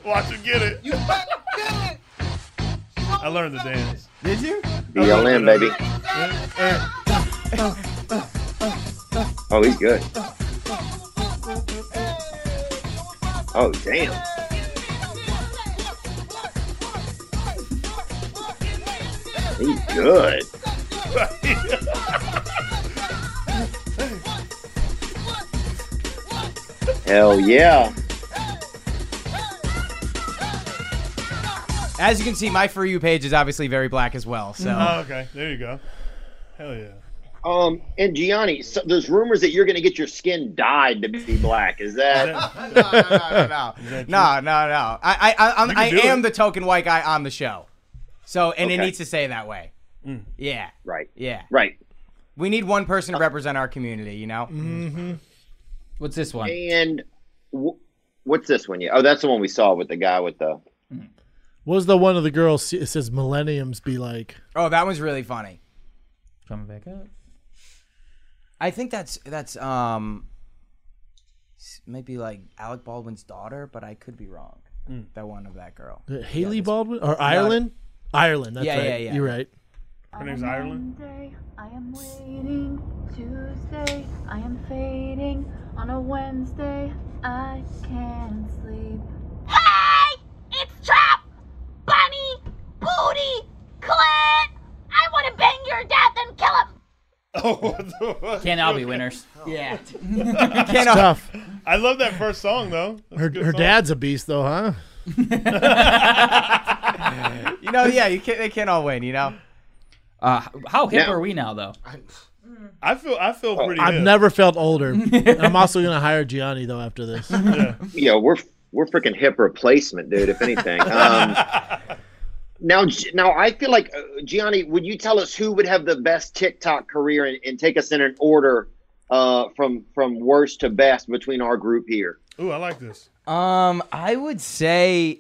Speaker 4: Watch him get it. I learned the dance.
Speaker 11: Did you?
Speaker 2: BLM, baby. Oh, he's good. Oh, damn. He's good. Hell yeah.
Speaker 11: As you can see, my for you page is obviously very black as well. So
Speaker 4: Oh, okay. There you go. Hell yeah.
Speaker 2: Um, and Gianni, so there's rumors that you're going to get your skin dyed to be black. Is that?
Speaker 11: no, no, no, no, no, no, no, no. I, I, I, I'm,
Speaker 4: You
Speaker 11: I
Speaker 4: can do
Speaker 11: am
Speaker 4: it.
Speaker 11: the token white guy on the show. So, and it
Speaker 2: Okay.
Speaker 11: needs to say that way.
Speaker 4: Mm.
Speaker 11: Yeah,
Speaker 2: Right.
Speaker 11: yeah.
Speaker 2: Right. Uh,
Speaker 11: We need one person to represent our community. You know,
Speaker 3: Mm-hmm.
Speaker 8: What's this one?
Speaker 2: And w- what's this one? Yeah. Oh, that's the one we saw with the guy with the.
Speaker 3: What was the one of the girls? It says millenniums be like.
Speaker 11: oh, that one's really funny.
Speaker 8: Coming back up.
Speaker 11: I think that's that's um, s- maybe like Alec Baldwin's daughter, but I could be wrong.
Speaker 4: Mm.
Speaker 11: That one of that girl.
Speaker 3: Haley Uh, Baldwin or Ireland? Ireland, that's
Speaker 11: Yeah,
Speaker 3: right.
Speaker 11: yeah, yeah.
Speaker 3: You're right.
Speaker 4: Her name's Ireland.
Speaker 12: Monday, I am waiting. Tuesday, I am fading. On a Wednesday, I can't sleep. Hey! It's Trap! Bunny! Booty! Clit! I want to bang your dad and kill him!
Speaker 4: Oh, what the fuck?
Speaker 8: Can't all be winners.
Speaker 11: Yeah.
Speaker 3: Tough.
Speaker 4: I love that first song though. That's a
Speaker 3: Her,
Speaker 4: good
Speaker 3: her
Speaker 4: song.
Speaker 3: dad's a beast, though, huh?
Speaker 11: you know, Oh, yeah. You can't. They can't all win. You know.
Speaker 8: Uh, h- how hip
Speaker 2: Now-
Speaker 8: are we now, though?
Speaker 4: I feel. I feel pretty.
Speaker 3: Oh, I've
Speaker 4: hip.
Speaker 3: never felt older. I'm also going to hire Gianni, though, after this.
Speaker 2: Yeah, we're we're freaking hip replacement, dude. If anything. Um, now, G- now I feel like uh, Gianni. Would you tell us who would have the best TikTok career and, and take us in an order uh, from from worst to best between our group here?
Speaker 4: Ooh, I like this.
Speaker 11: Um, I would say,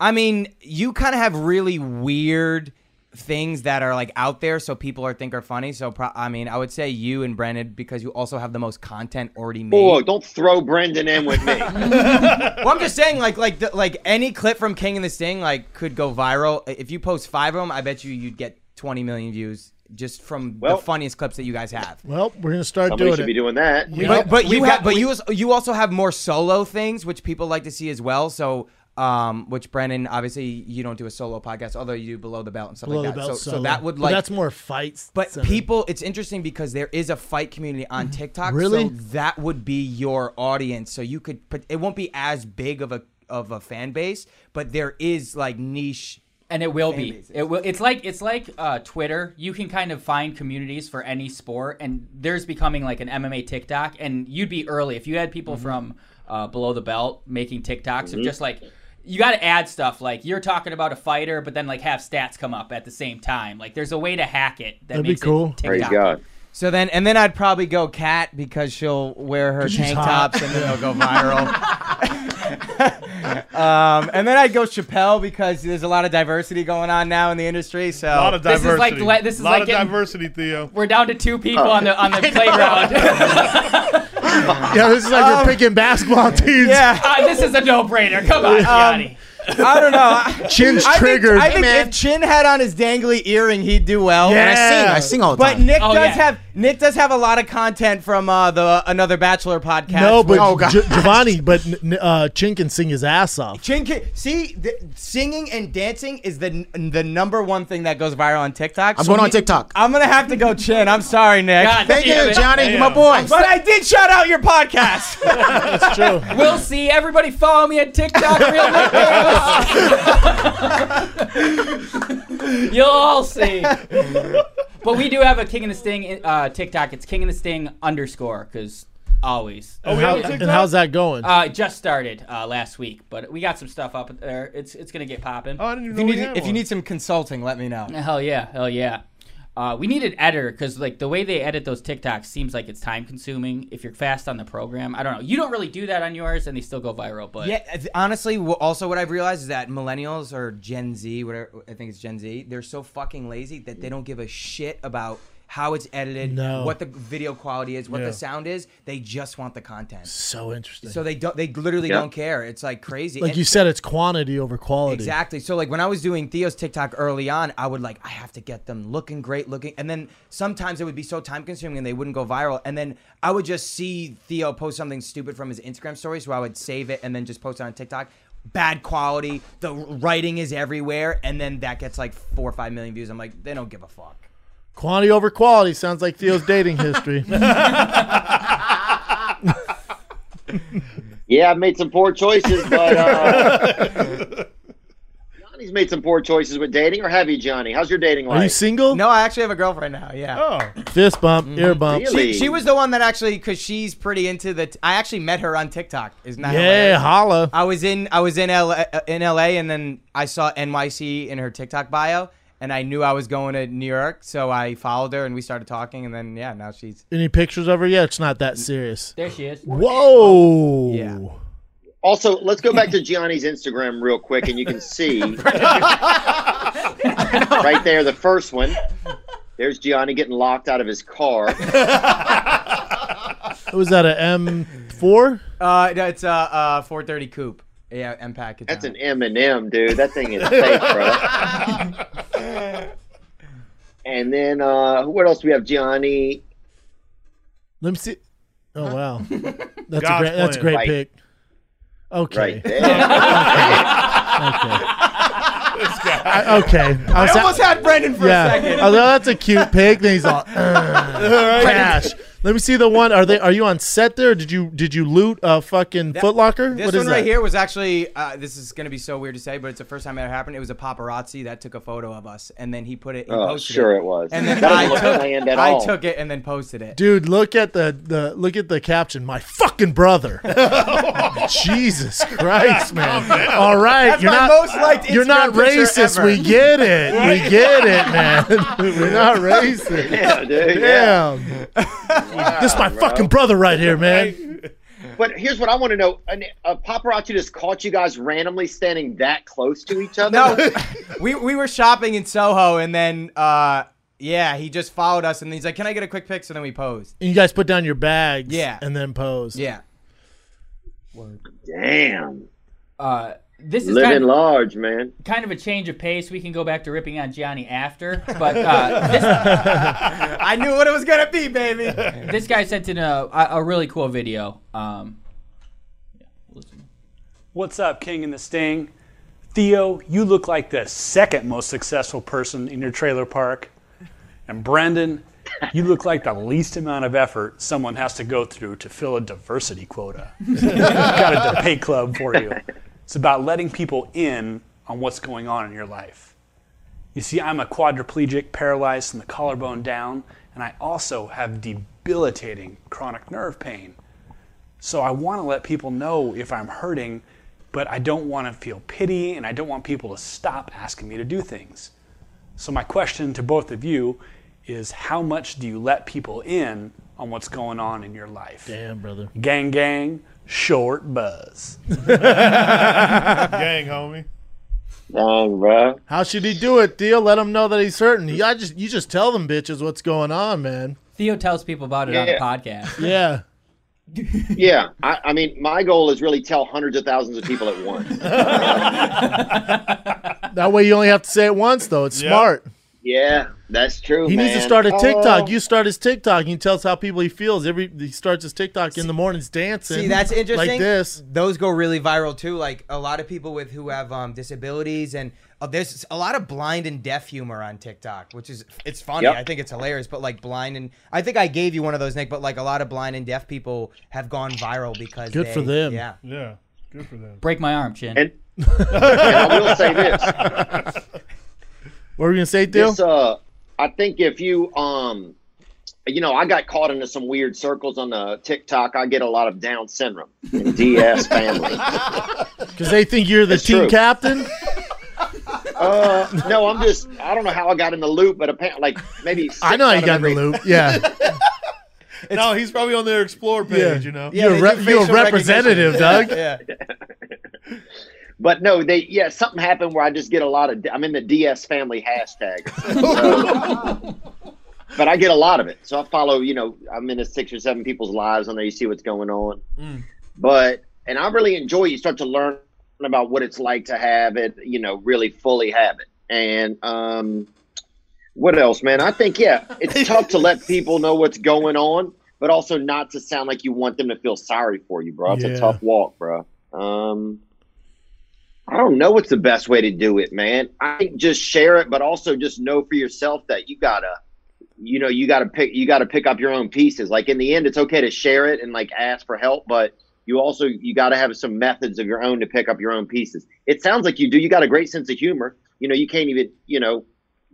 Speaker 11: I mean, you kind of have really weird things that are like out there, so people are think are funny. So, pro- I mean, I would say you and Brennan because you also have the most content already made.
Speaker 2: Boy, don't throw Brendan in with me.
Speaker 11: Well, I'm just saying, like, like, the, like any clip from King and the Sting, like, could go viral. If you post five of them, I bet you you'd get 20 million views just from
Speaker 2: Well-
Speaker 11: the funniest clips that you guys have.
Speaker 3: Well, we're going to start
Speaker 2: Somebody
Speaker 3: doing
Speaker 2: should
Speaker 3: it.
Speaker 2: be doing that.
Speaker 11: But, but you
Speaker 3: We've
Speaker 11: have,
Speaker 3: got-
Speaker 11: but you as- you also have more solo things, which people like to see as well. So, um, which Brennan, obviously, you don't do a solo podcast, although you do below the belt and stuff
Speaker 3: Below
Speaker 11: like
Speaker 3: the
Speaker 11: that.
Speaker 3: belt
Speaker 11: so, so
Speaker 3: solo.
Speaker 11: that would
Speaker 3: But
Speaker 11: like,
Speaker 3: that's more fights.
Speaker 11: but
Speaker 3: than- Mm-hmm.
Speaker 11: people, it's interesting because there is a fight community on TikTok.
Speaker 3: Really?
Speaker 11: so that would be your audience. So you could, put, it won't be as big of a of a fan base, but there is like niche.
Speaker 8: And it will be.
Speaker 11: bases.
Speaker 8: It will. It's like it's like uh, Twitter. You can kind of find communities for any sport, and there's becoming like an MMA TikTok. And you'd be early if you had
Speaker 3: Mm-hmm.
Speaker 8: people from uh, below the belt making TikToks of just like you got to add stuff like you're talking about a fighter, but then like have stats come up at the same time. Like there's a way to hack it. That
Speaker 3: That'd be
Speaker 8: makes
Speaker 3: cool.
Speaker 8: It
Speaker 2: Praise
Speaker 8: TikTok.
Speaker 2: God.
Speaker 11: So then, and then I'd probably go cat because she'll wear her
Speaker 3: she's
Speaker 11: tank
Speaker 3: hot.
Speaker 11: tops and then it'll go viral. um, and then I'd go Chappelle because there's a lot of diversity going on now in the industry. So
Speaker 4: A lot of
Speaker 8: This
Speaker 4: diversity.
Speaker 8: is like le- this is
Speaker 4: a lot
Speaker 8: like
Speaker 4: of
Speaker 8: getting-
Speaker 4: diversity, Theo.
Speaker 8: We're down to two people
Speaker 2: Oh.
Speaker 8: on the on the playground.
Speaker 3: Yeah, this is like you're picking basketball teams.
Speaker 11: yeah,
Speaker 8: Ah, Oh. this is a no-brainer. Come on, Johnny.
Speaker 11: Um, I don't know. I,
Speaker 3: Chin's
Speaker 11: I
Speaker 3: triggered.
Speaker 11: Think, I think if Chin had on his dangly earring, he'd do well.
Speaker 5: And I sing. I sing all the
Speaker 11: But
Speaker 5: time.
Speaker 11: Nick
Speaker 8: Oh,
Speaker 11: does
Speaker 8: yeah.
Speaker 11: have Nick does have a lot of content from uh, the Another Bachelor podcast.
Speaker 3: no, but
Speaker 11: which-
Speaker 8: Oh,
Speaker 3: Gi- Giovanni, but n- n- uh, Chin can sing his ass off.
Speaker 11: Chin Ki- see, th- singing and dancing is the the number one thing that goes viral on TikTok.
Speaker 5: I'm going
Speaker 11: we-
Speaker 5: on TikTok.
Speaker 11: I'm gonna have to go Chin. I'm sorry, Nick.
Speaker 8: God Thank damn you, it. Johnny,
Speaker 5: Damn. my boy.
Speaker 11: But I did shout out your podcast. That's
Speaker 3: true.
Speaker 8: We'll see. Everybody follow me on TikTok. Real Nick Davis. You'll all see. But we do have a King in the Sting uh, TikTok. It's King in the Sting underscore because always.
Speaker 3: and, how- and how's that going?
Speaker 8: Uh, it just started uh, last week, but we got some stuff up there. It's it's gonna get popping. Oh, I didn't
Speaker 11: If you, need, if you need some consulting, let me know.
Speaker 8: Hell yeah, hell yeah. Uh, we need an editor because like the way they edit those TikToks seems like it's time consuming. If you're fast on the program, I don't know. You don't really do that on yours, and they still go viral. But
Speaker 11: Yeah, th- honestly, wh- also what I've realized is that millennials or Gen Z, whatever I think it's Gen Z, they're so fucking lazy that they don't give a shit about how it's edited,
Speaker 3: No.
Speaker 11: what the video quality is, what
Speaker 3: Yeah.
Speaker 11: the sound is. They just want the content.
Speaker 3: So interesting.
Speaker 11: So they don't. They literally
Speaker 3: Yeah.
Speaker 11: don't care. It's like crazy.
Speaker 3: like
Speaker 11: And-
Speaker 3: you said, it's quantity over quality.
Speaker 11: Exactly. So like when I was doing Theo's TikTok early on, I would like I have to get them looking great, looking, and then sometimes it would be so time consuming and they wouldn't go viral, and then I would just see Theo post something stupid from his Instagram story, so I would save it and then just post it on TikTok. Bad quality. The writing is everywhere, and then that gets like four or five million views. I'm like, they don't give a fuck.
Speaker 3: Quantity over quality sounds like Theo's dating history.
Speaker 2: Yeah, I've made some poor choices, but uh, Johnny's made some poor choices with dating, or have you, Johnny? How's your dating life?
Speaker 3: Are you single?
Speaker 11: No, I actually have a girlfriend now. Yeah.
Speaker 4: Oh.
Speaker 3: Fist bump, ear bump.
Speaker 11: Mm. She, she was the one that actually, because she's pretty into the. t- I actually met her on TikTok. Isn't that
Speaker 3: Yeah,
Speaker 11: hilarious?
Speaker 3: holla.
Speaker 11: I was in I was in LA, in LA, and then I saw NYC in her TikTok bio, and I knew I was going to New York, so I followed her, and we started talking, and then yeah, now she's
Speaker 3: Any pictures of her? Yeah, it's not that serious.
Speaker 8: There she is.
Speaker 3: Whoa. Yeah.
Speaker 2: Also, let's go back to Gianni's Instagram real quick, and you can see right there the first one. There's Gianni getting locked out of his car.
Speaker 3: Was that an M4?
Speaker 11: uh no, it's uh uh 430 coupe. Yeah, M package.
Speaker 2: That's an M and M, dude. That thing is fake, bro. And then uh, what else do we have, Gianni?
Speaker 3: Let me see. Oh, wow. That's, a
Speaker 2: God's
Speaker 3: great, that's a great
Speaker 2: plan. Right.
Speaker 3: pick. Okay.
Speaker 2: Right there.
Speaker 3: okay. I, okay.
Speaker 11: I almost had Brendan for a second.
Speaker 3: Although that's a cute pig. Then he's all "Ugh, trash. Let me see the one. Are they? Are you on set there? Did you did you loot a fucking
Speaker 11: That-
Speaker 3: Foot Locker?
Speaker 11: This
Speaker 3: What
Speaker 11: one
Speaker 3: is
Speaker 11: right
Speaker 3: that?
Speaker 11: here was actually. Uh, this is gonna be so weird to say, but it's the first time it ever happened. It was a paparazzi that took a photo of us, and then he put it. He
Speaker 2: Oh,
Speaker 11: posted
Speaker 2: sure it was.
Speaker 11: And then
Speaker 2: That
Speaker 11: I
Speaker 2: doesn't look planned
Speaker 11: took,
Speaker 2: at
Speaker 11: I
Speaker 2: all.
Speaker 11: took it and then posted it.
Speaker 3: Dude, look at the, the look at the caption. My fucking brother. Jesus Christ, man. All right,
Speaker 11: That's
Speaker 3: you're
Speaker 11: my
Speaker 3: not
Speaker 11: most liked
Speaker 3: you're not
Speaker 11: Instagram picture
Speaker 3: racist.
Speaker 11: ever.
Speaker 3: We get it. We
Speaker 11: Right?
Speaker 3: get it, man. We're not racist.
Speaker 2: Yeah, dude, yeah.
Speaker 3: Damn. this is my fucking brother right here, man.
Speaker 2: But here's what I want to know: An, a paparazzi just caught you guys randomly standing that close to each other.
Speaker 11: No, we we were shopping in Soho, and then uh, yeah, he just followed us, and he's like, "Can I get a quick pic?" So then we posed.
Speaker 3: And you guys put down your bags
Speaker 11: Yeah.
Speaker 3: and then pose.
Speaker 11: Yeah.
Speaker 2: Damn.
Speaker 8: Uh, this is
Speaker 2: Living
Speaker 8: kind of,
Speaker 2: large, man.
Speaker 8: kind of a change of pace. We can go back to ripping on Johnny after, but uh, this
Speaker 11: I knew what it was gonna be, baby.
Speaker 8: this guy sent in a a a really cool video. Um,
Speaker 13: What's up, King and the Sting? Theo, you look like the second most successful person in your trailer park. And Brendan, you look like the least amount of effort someone has to go through to fill a diversity quota. We've got a debate club for you. It's about letting people in on what's going on in your life. You see, I'm a quadriplegic, paralyzed from the collarbone down, and I also have debilitating chronic nerve pain. So I want to let people know if I'm hurting, but I don't want to feel pity and I don't want people to stop asking me to do things. So my question to both of you is how much do you let people in on what's going on in your life?
Speaker 3: Damn, brother.
Speaker 13: Gang gang, short buzz.
Speaker 4: Gang, homie.
Speaker 2: Dang, bro.
Speaker 3: How should he do it, Theo? Let him know that he's hurting. You, I just you just tell them bitches what's going on, man.
Speaker 8: Theo tells people about it
Speaker 2: Yeah.
Speaker 8: on the podcast.
Speaker 3: Yeah.
Speaker 2: Yeah, I, I mean, my goal is really tell hundreds of thousands of people at once.
Speaker 3: That way you only have to say it once though. It's smart.
Speaker 2: Yeah, that's true.
Speaker 3: He needs to
Speaker 2: man.
Speaker 3: start a TikTok.
Speaker 2: Oh.
Speaker 3: you start his TikTok. You tell us how people he feels. Every he starts his TikTok in the mornings dancing.
Speaker 11: See, that's interesting.
Speaker 3: Like this.
Speaker 11: Those go really viral too. Like a lot of people with who have um, disabilities and uh, there's a lot of blind and deaf humor on TikTok, which is it's funny.
Speaker 14: Yep.
Speaker 11: I think it's hilarious, but like blind and I think I gave you one of those, Nick. But like a lot of blind and deaf people have gone viral because
Speaker 8: Good for
Speaker 11: they-
Speaker 8: them.
Speaker 11: Yeah,
Speaker 4: yeah, good for them.
Speaker 8: Break my arm, Chin.
Speaker 2: And- I will say this.
Speaker 3: What were you gonna say, Theo?
Speaker 2: This, uh, I think if you, um, you know, I got caught into some weird circles on the TikTok. I get a lot of Down syndrome and DS family.
Speaker 3: Because they think you're the
Speaker 2: It's
Speaker 3: team
Speaker 2: true.
Speaker 3: captain.
Speaker 2: Uh, no, I'm just, I don't know how I got in the loop, but apparently, like maybe.
Speaker 3: I know how
Speaker 2: six
Speaker 3: you got
Speaker 2: out of
Speaker 3: in the
Speaker 2: every-
Speaker 3: loop. Yeah.
Speaker 4: no, he's probably on their explore page.
Speaker 3: Yeah.
Speaker 4: You know,
Speaker 3: You're a rep- you're a representative, Doug.
Speaker 2: But no, they yeah, something happened where I just get a lot of. I'm in the DS family hashtag, So- but I get a lot of it. So I follow. You know, I'm in the six or seven people's lives on there. You see what's going on. But and I really enjoy. You start to learn about what it's like to have it. You know, really fully have it. And um, what else, man? I think yeah, it's tough to let people know what's going on, but also not to sound like you want them to feel sorry for you, bro. It's
Speaker 7: Yeah.
Speaker 2: a tough walk, bro. Um, I don't know what's the best way to do it, man. I think just share it, but also just know for yourself that you gotta, you know, you gotta pick, you gotta pick up your own pieces. Like in the end, it's okay to share it and like ask for help, but you also you gotta have some methods of your own to pick up your own pieces. It sounds like you do. You got a great sense of humor. You know, you can't even, you know,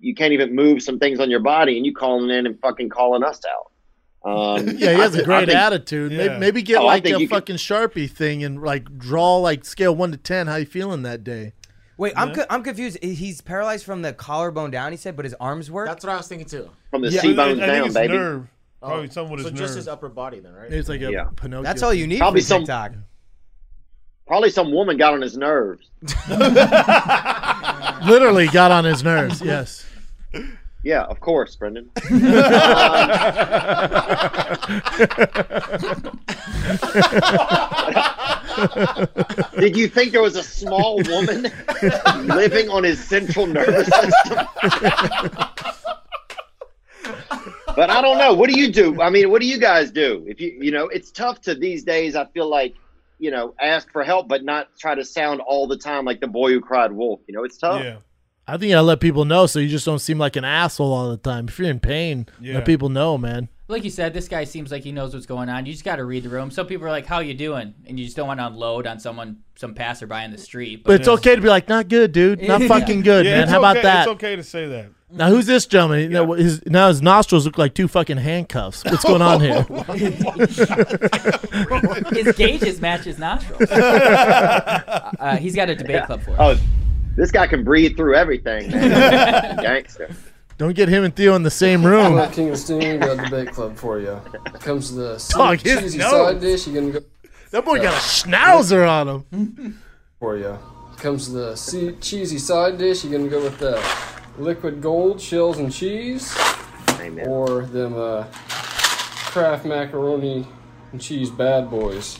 Speaker 2: you can't even move some things on your body, and you calling in and fucking calling us out. Um,
Speaker 3: Yeah, he
Speaker 2: I
Speaker 3: has a
Speaker 2: think- I
Speaker 3: great
Speaker 2: think-
Speaker 3: attitude. Maybe, maybe get
Speaker 2: Oh, I
Speaker 3: like
Speaker 2: think
Speaker 3: a
Speaker 2: you could-
Speaker 3: fucking sharpie thing and like draw like scale one to ten. How you feeling that day?
Speaker 11: Wait, I'm co- I'm confused. He's paralyzed from the collarbone down. He said, but his arms work. That's
Speaker 5: what I was thinking too.
Speaker 2: From
Speaker 3: the Yeah. C-bones I think down, it's baby. nerve.
Speaker 5: Probably
Speaker 4: something with
Speaker 5: so
Speaker 4: his
Speaker 5: just
Speaker 4: nerve.
Speaker 5: his upper body then, right?
Speaker 3: It's like a
Speaker 2: Yeah.
Speaker 3: Pinocchio.
Speaker 11: That's all you need
Speaker 2: Probably
Speaker 11: from
Speaker 2: some-
Speaker 11: TikTok.
Speaker 2: Probably some woman got on his nerves.
Speaker 3: Literally got on his nerves. Yes.
Speaker 2: Yeah, of course, Brendan. Did you think there was a small woman living on his central nervous system? but I don't know. What do you do? I mean, what do you guys do? If you you know, it's tough to these days. I feel like you know, ask for help, but not try to sound all the time like the boy who cried wolf. You know, it's tough.
Speaker 3: I think I let people know so you just don't seem like an asshole all the time. If you're in pain,
Speaker 8: Yeah.
Speaker 3: let people know, man.
Speaker 8: Like you said, this guy seems like he knows what's going on. You just got to read the room. Some people are like, "How you doing?" and you just don't want to unload on someone, some passerby in the street.
Speaker 3: But it's okay to be like, not good, dude. Not
Speaker 8: Yeah.
Speaker 3: fucking good,
Speaker 8: Yeah,
Speaker 3: man.
Speaker 4: it's
Speaker 3: How about
Speaker 4: okay-
Speaker 3: that?
Speaker 4: It's okay to say that.
Speaker 3: Now who's this gentleman? Now his now his nostrils look like two fucking handcuffs. What's going on here?
Speaker 4: Oh,
Speaker 8: his gauges match his nostrils. uh, he's got a debate
Speaker 2: Yeah.
Speaker 8: club for it.
Speaker 2: Oh, this guy can breathe through everything, man. Gangster.
Speaker 3: Don't get him and Theo in the same room. Oh,
Speaker 15: King of Steam got the debate club for you. When it comes to the se-
Speaker 3: Dog, his
Speaker 15: cheesy
Speaker 3: nose.
Speaker 15: side dish, you're gonna go.
Speaker 3: That boy got a schnauzer on him.
Speaker 15: for you. When it comes to the se- cheesy side dish, you're gonna go with the liquid gold shells and cheese, or them uh, Kraft macaroni and cheese bad boys.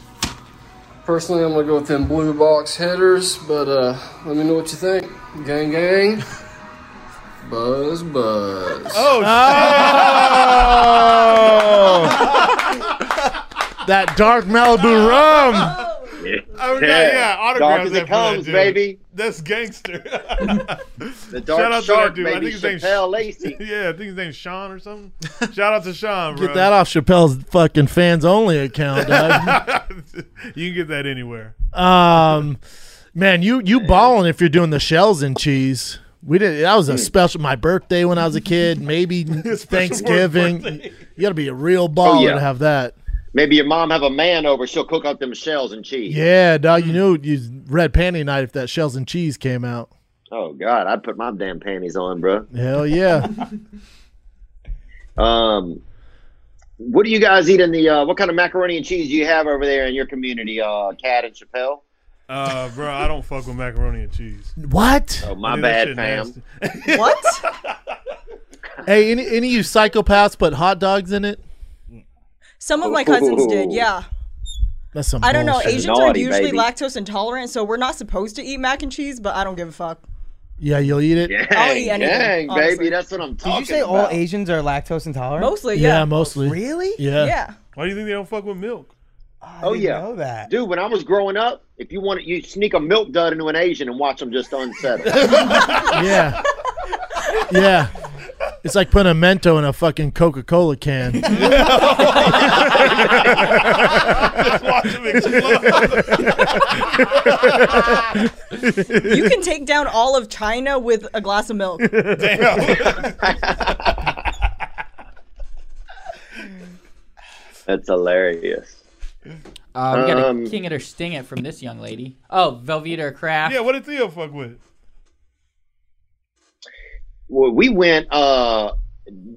Speaker 15: Personally, I'm gonna go with them blue box headers, but uh, let me know what you think. Gang, gang. Buzz, buzz.
Speaker 4: Oh,
Speaker 3: that dark Malibu rum.
Speaker 2: Yeah,
Speaker 4: I mean, yeah, yeah, autographs
Speaker 2: Dark as
Speaker 4: that
Speaker 2: it
Speaker 4: for that
Speaker 2: comes,
Speaker 4: dude.
Speaker 2: baby.
Speaker 4: That's gangster.
Speaker 2: The
Speaker 4: Shout
Speaker 2: dark
Speaker 4: out to that
Speaker 2: shark,
Speaker 4: dude. I
Speaker 2: baby.
Speaker 4: think his name's
Speaker 2: Chappelle Lacey.
Speaker 4: yeah, I think his name's Sean or something. Shout out to Sean, bro.
Speaker 3: Get that off Chappelle's fucking fans only account, dog.
Speaker 4: you can get that anywhere.
Speaker 3: Um, man, you you balling if you're doing the shells and cheese. We did. That was a special. My birthday when I was a kid. Maybe Thanksgiving. You got to be a real baller
Speaker 2: yeah.
Speaker 3: to have that.
Speaker 2: Maybe your mom have a man over. She'll cook up them shells and cheese.
Speaker 3: Yeah, dog. You knew you red panty night if that shells and cheese came out.
Speaker 2: Oh God, I'd put my damn panties on, bro.
Speaker 3: Hell yeah.
Speaker 2: Um, what do you guys eat in the? Uh, what kind of macaroni and cheese do you have over there in your community? Uh, Cat and Chappelle.
Speaker 4: Uh, bro, I don't fuck with macaroni and cheese.
Speaker 3: What?
Speaker 2: Oh, my
Speaker 4: Dude, that
Speaker 2: bad,
Speaker 4: shit
Speaker 2: fam.
Speaker 4: nasty.
Speaker 3: hey, any any of you psychopaths put hot dogs in it?
Speaker 6: Some of my cousins did,
Speaker 3: Ooh.
Speaker 6: yeah.
Speaker 3: That's some.
Speaker 6: I don't know.
Speaker 3: bullshit.
Speaker 6: Asians are usually lactose intolerant, so we're not supposed to eat mac and cheese, but I don't give a fuck.
Speaker 3: Yeah, you'll eat it.
Speaker 2: Gang,
Speaker 6: I'll eat anything,
Speaker 2: gang,
Speaker 6: honestly.
Speaker 2: baby. That's what I'm
Speaker 11: Did
Speaker 2: talking
Speaker 11: you say all
Speaker 2: about.
Speaker 11: Asians are lactose intolerant?
Speaker 6: Mostly,
Speaker 3: yeah. Yeah, mostly.
Speaker 11: Really?
Speaker 3: Yeah.
Speaker 4: Why do you think they don't fuck with milk?
Speaker 2: oh yeah, dude. When I was growing up, if you wanted, you sneak a milk dud into an Asian and watch them just unsettle.
Speaker 3: yeah. Yeah. It's like putting a mento in a fucking Coca Cola can.
Speaker 6: Just
Speaker 4: watch him explode.
Speaker 6: you can take down all of China with a glass of milk.
Speaker 4: Damn.
Speaker 2: That's hilarious.
Speaker 8: Uh, we got
Speaker 2: Um,
Speaker 8: a king it or sting it from this young lady. Oh, Velveeta or Kraft.
Speaker 4: Yeah, what did Theo fuck with?
Speaker 2: Well, we went. uh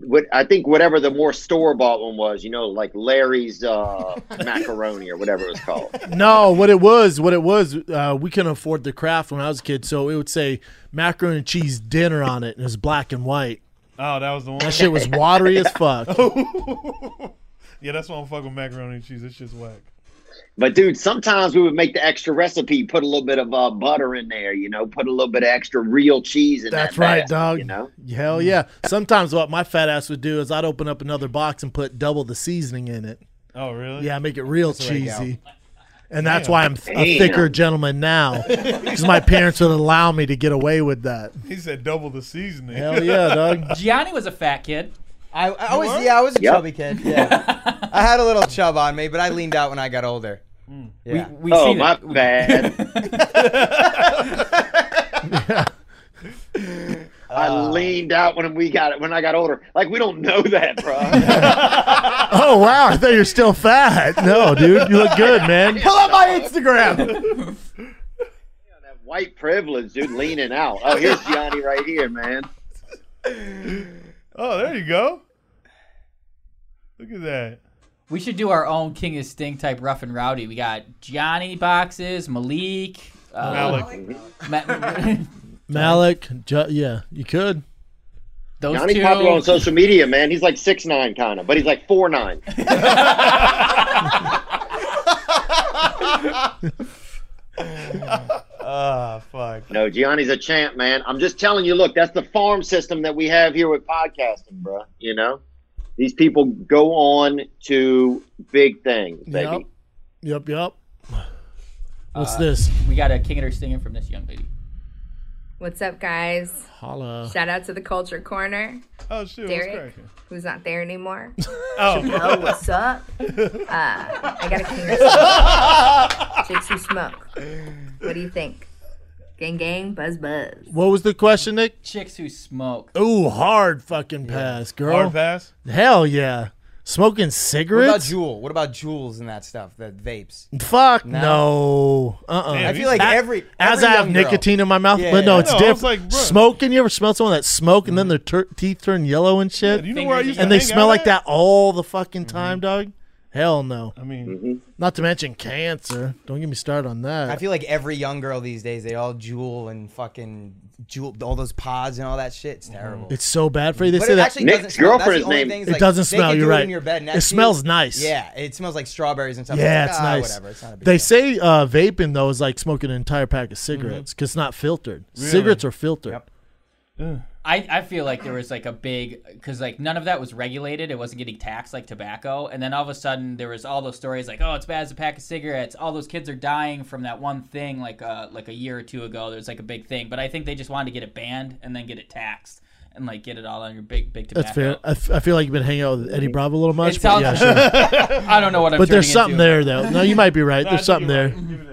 Speaker 2: what I think whatever the more store bought one was, you know, like Larry's uh, macaroni or whatever it was called.
Speaker 3: No, what it was, what it was, uh, we couldn't afford the craft when I was a kid, so it would say macaroni and cheese dinner on it, and it was black and white.
Speaker 4: Oh, that was the one. Oh.
Speaker 3: That shit was watery as fuck.
Speaker 4: yeah, that's why I'm fucking macaroni and cheese. It's just whack.
Speaker 2: But dude, sometimes we would make the extra recipe, put a little bit of uh, butter in there, you know, put a little bit of extra real cheese in
Speaker 3: That's
Speaker 2: that
Speaker 3: right,
Speaker 2: bag,
Speaker 3: dog.
Speaker 2: You know,
Speaker 3: Hell yeah. Sometimes what my fat ass would do is I'd open up another box and put double the seasoning in it.
Speaker 4: Oh, really?
Speaker 3: Yeah, make it real
Speaker 4: That's the way to go.
Speaker 3: cheesy. And that's why I'm a
Speaker 4: Damn.
Speaker 3: thicker gentleman now, because my parents would allow me to get away with that.
Speaker 4: He said double the seasoning.
Speaker 3: Hell yeah, dog.
Speaker 8: Gianni was a fat kid.
Speaker 11: I, I was
Speaker 8: were?
Speaker 11: yeah, I was a
Speaker 8: Yep.
Speaker 11: chubby kid. Yeah, I had a little chub on me, but I leaned out when I got older. Yeah.
Speaker 8: We, we
Speaker 2: Oh,
Speaker 8: seen
Speaker 2: my
Speaker 8: it.
Speaker 2: bad. I leaned out when we got it when I got older. Like we don't know that, bro.
Speaker 3: Oh wow, I thought you're still fat. No, dude, you look good, man.
Speaker 2: Pull up
Speaker 11: my Instagram.
Speaker 2: White privilege, dude, leaning out. Oh, here's Gianni right here, man.
Speaker 4: Oh, there you go. Look at that.
Speaker 8: We should do our own King of Sting type rough and rowdy. We got Gianni boxes, Malik, uh,
Speaker 4: Malik.
Speaker 8: Ma-
Speaker 3: Malik, ju- yeah, you could.
Speaker 8: Those
Speaker 2: Johnny popular on social media, man. He's like six nine kind of, but he's like four nine.
Speaker 11: Ah, fuck.
Speaker 2: No, Gianni's a champ, man. I'm just telling you. Look, that's the farm system that we have here with podcasting, bro. You know, these people go on to big things, baby.
Speaker 3: Yep. Yep, yep. What's
Speaker 8: Uh,
Speaker 3: this?
Speaker 8: We got a King it or Sting it from this young lady.
Speaker 14: What's up, guys?
Speaker 3: Holla.
Speaker 14: Shout out to the Culture Corner.
Speaker 4: Oh, shoot.
Speaker 14: Derek, who's not there anymore.
Speaker 4: Oh.
Speaker 14: oh what's up? Uh, I got a king of smoke. Chicks who smoke. What do you think? Gang, gang, buzz, buzz.
Speaker 3: What was the question, Nick?
Speaker 8: Chicks who smoke.
Speaker 3: Ooh, hard fucking pass, girl.
Speaker 11: Hard pass?
Speaker 3: Hell yeah. Smoking
Speaker 11: What about
Speaker 3: cigarettes?
Speaker 11: Juul? What about Juuls and that stuff? The vapes.
Speaker 3: Fuck
Speaker 11: No.
Speaker 3: no. Uh uh
Speaker 11: Damn, I feel like every-
Speaker 3: as
Speaker 11: every
Speaker 3: I have
Speaker 11: young girl-
Speaker 3: nicotine in my mouth,
Speaker 11: Yeah,
Speaker 3: but no,
Speaker 11: yeah,
Speaker 3: it's
Speaker 11: yeah. No, I was
Speaker 3: different.
Speaker 11: like, bruh.
Speaker 3: Smoking, you ever smell someone that smoke and then their tur teeth turn yellow and shit?
Speaker 4: Mm-hmm. you know where I used to
Speaker 3: and they
Speaker 4: hang
Speaker 3: smell
Speaker 4: out
Speaker 3: like
Speaker 4: at?
Speaker 3: that
Speaker 4: Mm-hmm.
Speaker 3: all the fucking time, dog. Hell no.
Speaker 4: I mean,
Speaker 3: not to mention cancer. Don't get me started on that.
Speaker 11: Mm-hmm. I feel like every young girl these days, they all Juul and fucking Juul, all those pods and all that shit. It's terrible.
Speaker 3: It's so bad for you. They
Speaker 11: But
Speaker 3: say
Speaker 11: it
Speaker 3: that
Speaker 11: actually doesn't Nick's smell. That's girlfriend's the only name- thing is,
Speaker 3: It
Speaker 11: like,
Speaker 3: doesn't
Speaker 11: they can
Speaker 3: smell.
Speaker 11: do
Speaker 3: You're
Speaker 11: it
Speaker 3: right.
Speaker 11: in your bed and that
Speaker 3: it smells
Speaker 11: feels-
Speaker 3: nice.
Speaker 11: Yeah, it smells like strawberries and stuff.
Speaker 3: Yeah,
Speaker 11: like,
Speaker 3: it's
Speaker 11: ah,
Speaker 3: nice.
Speaker 11: Whatever. It's not a big
Speaker 3: they say uh, vaping though is like smoking an entire pack of cigarettes
Speaker 11: Mm-hmm.
Speaker 3: because it's not filtered.
Speaker 8: Really?
Speaker 3: Cigarettes are filtered.
Speaker 8: I, I feel like there was like a big because like none of that was regulated. It wasn't getting taxed like tobacco. And then all of a sudden there was all those stories like, oh, it's bad as a pack of cigarettes. All those kids are dying from that one thing like uh like a year or two ago. There was like a big thing. But I think they just wanted to get it banned and then get it taxed and like get it all on your big big tobacco.
Speaker 3: That's fair. I, f- I feel like you've been hanging out with Eddie Bravo a little much.
Speaker 8: It
Speaker 3: but
Speaker 8: sounds-
Speaker 3: yeah, sure.
Speaker 8: I don't know what I'm
Speaker 3: But there's
Speaker 8: turning
Speaker 3: something
Speaker 8: into.
Speaker 3: there though. No, you might be right.
Speaker 8: No, I
Speaker 3: There's
Speaker 8: think
Speaker 3: something there.
Speaker 8: you're right. Give me that.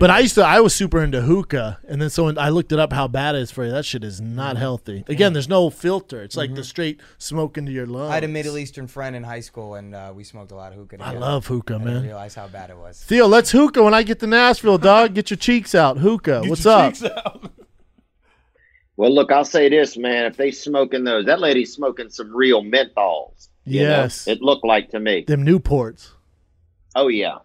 Speaker 3: But I used to. I was super into hookah, and then someone I looked it up how bad it is for you. That shit is
Speaker 11: Mm-hmm.
Speaker 3: not healthy. Again, there's no filter. It's like the straight smoke into your lungs.
Speaker 11: I had Mm-hmm. a Middle Eastern friend in high school, and uh, we smoked a lot of hookah.
Speaker 3: I
Speaker 11: together.
Speaker 3: love hookah,
Speaker 11: I
Speaker 3: man.
Speaker 11: Didn't realize how bad it was.
Speaker 3: Theo, let's hookah when I get to Nashville, dog. Get your cheeks out, hookah. What's up?
Speaker 2: Well, look, I'll say this, man. If they smoking those, that lady's smoking some real menthols. you know?
Speaker 3: Yes.
Speaker 2: it looked like to me.
Speaker 3: Them Newports.
Speaker 2: Oh yeah,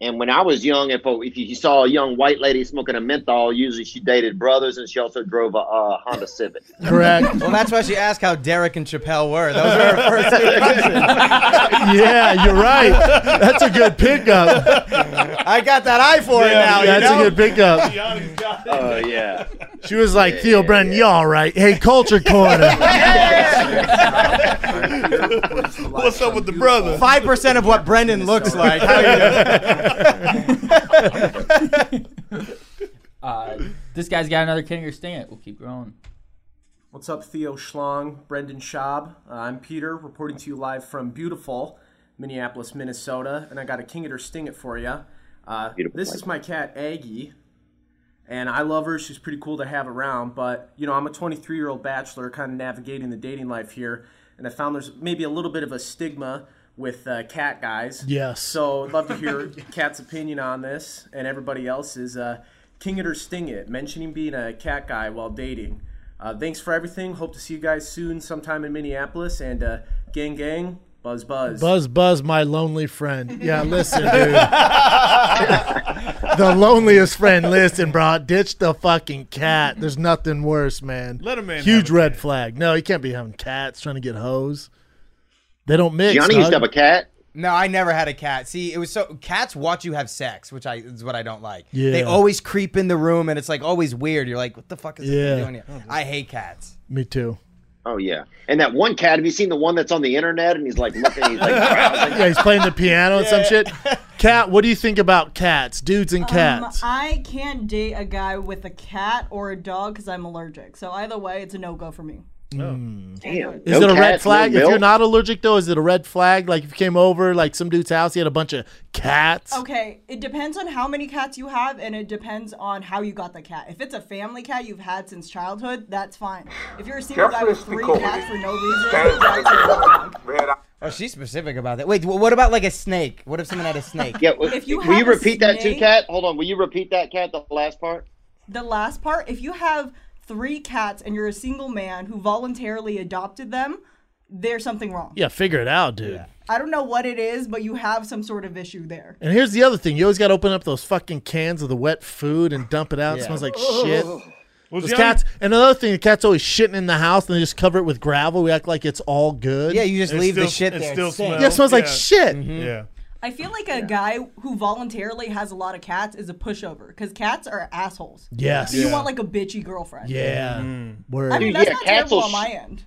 Speaker 2: And when I was young, if oh, if you saw a young white lady smoking a menthol, usually she dated brothers, and she also drove a uh, Honda Civic.
Speaker 3: Correct.
Speaker 11: well, that's why she asked how Derek and Chappelle were. Those were her first two
Speaker 3: yeah, you're right. That's a good pickup.
Speaker 11: I got that eye for it
Speaker 3: Yeah,
Speaker 11: now.
Speaker 3: that's
Speaker 11: you know?
Speaker 3: a good pickup.
Speaker 2: Oh yeah.
Speaker 3: She was like, Theo Brennan, you all right? Hey, Culture Corner.
Speaker 11: What's up with the brother? Five percent of what Brendan looks like. How you doing?
Speaker 8: Uh, this guy's got another kid in your stand. We'll keep growing.
Speaker 7: What's up, Theo Schlong, Brendan Schaub? Uh, I'm Peter, reporting to you live from beautiful Minneapolis, Minnesota, and I got a king it or sting it for you. Uh,
Speaker 2: Beautiful
Speaker 7: this is my cat Aggie, and I love her. She's pretty cool to have around, but you know, I'm a 23 year old bachelor, kind of navigating the dating life here, and I found there's maybe a little bit of a stigma with uh, cat guys.
Speaker 3: Yes.
Speaker 7: So I'd love to hear Cat's opinion on this and everybody else's. Uh, king it or sting it, mentioning being a cat guy while dating. Uh, thanks for everything. Hope to see you guys soon, sometime in Minneapolis. And uh, gang, gang, buzz, buzz.
Speaker 3: Buzz, buzz, my lonely friend. Yeah, listen, dude. the loneliest friend. Listen, bro. Ditch the fucking cat. There's nothing worse, man.
Speaker 4: Let a man
Speaker 3: Huge red flag. No, you can't be having cats trying to get hoes. They don't mix.
Speaker 2: Gianni used to have a cat.
Speaker 11: No, I never had a cat. See, it was so cats watch you have sex, which I is what I don't like.
Speaker 3: Yeah.
Speaker 11: They always creep in the room, and it's like always weird. You're like, what the fuck is
Speaker 3: Yeah. Oh,
Speaker 11: this thing doing here? I hate cats.
Speaker 3: Me too.
Speaker 2: Oh yeah. And that one cat. Have you seen the one that's on the internet? And he's like looking. He's like browsing.
Speaker 3: Yeah, he's playing the piano and some shit. Cat, what do you think about cats? Dudes and cats.
Speaker 6: Um, I can't date a guy with a cat or a dog because I'm allergic. So either way, it's a no go for me.
Speaker 3: Mm.
Speaker 2: Damn.
Speaker 3: Is
Speaker 2: No
Speaker 3: it a red
Speaker 2: cats, no
Speaker 3: flag? if you're
Speaker 2: milk?
Speaker 3: not allergic though, is it a red flag? Like if you came over, like some dude's house, he had a bunch of cats.
Speaker 6: Okay, it depends on how many cats you have, and it depends on how you got the cat. If it's a family cat you've had since childhood, that's fine. If you're a single guy with three cats for no reason, that's a no go.
Speaker 11: Oh, she's specific about that. Wait, wh- what about like a snake? What if someone had a snake?
Speaker 2: Yeah. w- will you repeat that too, cat? Hold on. Will you repeat that, cat? The last part.
Speaker 6: the last part if you have three cats and you're a single man who voluntarily adopted them there's something wrong
Speaker 3: Yeah, figure it out, dude.
Speaker 6: i don't know what it is but you have some sort of issue there
Speaker 3: And here's the other thing: you always got to open up those fucking cans of the wet food and dump it out. It
Speaker 6: Yeah.
Speaker 3: smells like shit.
Speaker 4: Was
Speaker 3: Those
Speaker 4: the
Speaker 3: cats. And another thing, the cat's always shitting in the house, and they just cover it with gravel. We act like it's all good.
Speaker 11: Yeah, you just It leave the still- shit it there, it still stinks. smells.
Speaker 3: Yeah, it smells like
Speaker 11: Yeah.
Speaker 3: shit.
Speaker 11: Mhm. Yeah.
Speaker 6: i feel like a guy who voluntarily has a lot of cats is a pushover because cats are assholes
Speaker 3: Yes.
Speaker 6: you
Speaker 3: Yeah.
Speaker 6: want like a bitchy girlfriend
Speaker 3: Yeah.
Speaker 2: Mm-hmm.
Speaker 11: Mm-hmm.
Speaker 3: Word.
Speaker 6: i mean
Speaker 2: Dude,
Speaker 6: that's
Speaker 2: yeah,
Speaker 6: not
Speaker 2: cats
Speaker 6: terrible
Speaker 2: will
Speaker 6: on my
Speaker 2: sh-
Speaker 6: end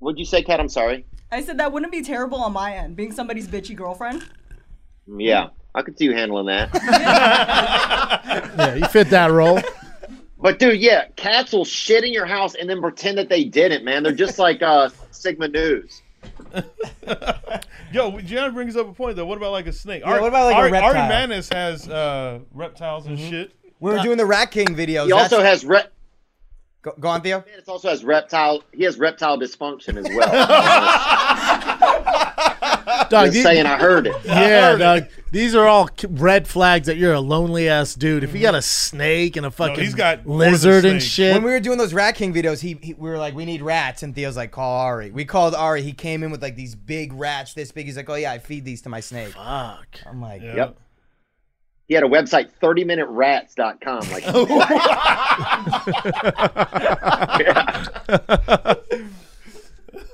Speaker 2: What'd you say, cat? I'm sorry.
Speaker 6: i said that wouldn't be terrible on my end being somebody's bitchy girlfriend
Speaker 2: Yeah. I could see you handling that.
Speaker 3: yeah, you fit that role.
Speaker 2: But dude, yeah, cats will shit in your house and then pretend that they didn't, man. They're just like uh, Sigma News.
Speaker 4: Yo, Gianna brings up a point though. What about like a snake?
Speaker 11: Yeah, what about, like, a
Speaker 4: Ari, Ari
Speaker 11: reptile?
Speaker 4: Manis has uh, reptiles and shit.
Speaker 11: Mm-hmm. We were doing the Rat King videos.
Speaker 2: He also
Speaker 11: that's-
Speaker 2: has re-
Speaker 11: Go, go on, Theo.
Speaker 2: It also has reptile. He has reptile dysfunction as well.
Speaker 3: Dog,
Speaker 2: Just
Speaker 3: these-
Speaker 2: saying, I heard it. I
Speaker 3: Yeah,
Speaker 2: heard
Speaker 3: dog. These are all k- red flags that you're a lonely ass dude. If you got a snake and a fucking
Speaker 11: he's got
Speaker 3: lizard and shit,
Speaker 11: When we were doing those Rat King videos, he, he we were like, we need rats, and Theo's like, call Ari. We called Ari. He came in with like these big rats, this big. He's like, oh yeah, I feed these to my snake.
Speaker 3: Fuck.
Speaker 11: I'm like,
Speaker 2: Yep. He had a website, 30minuterats.com. Like,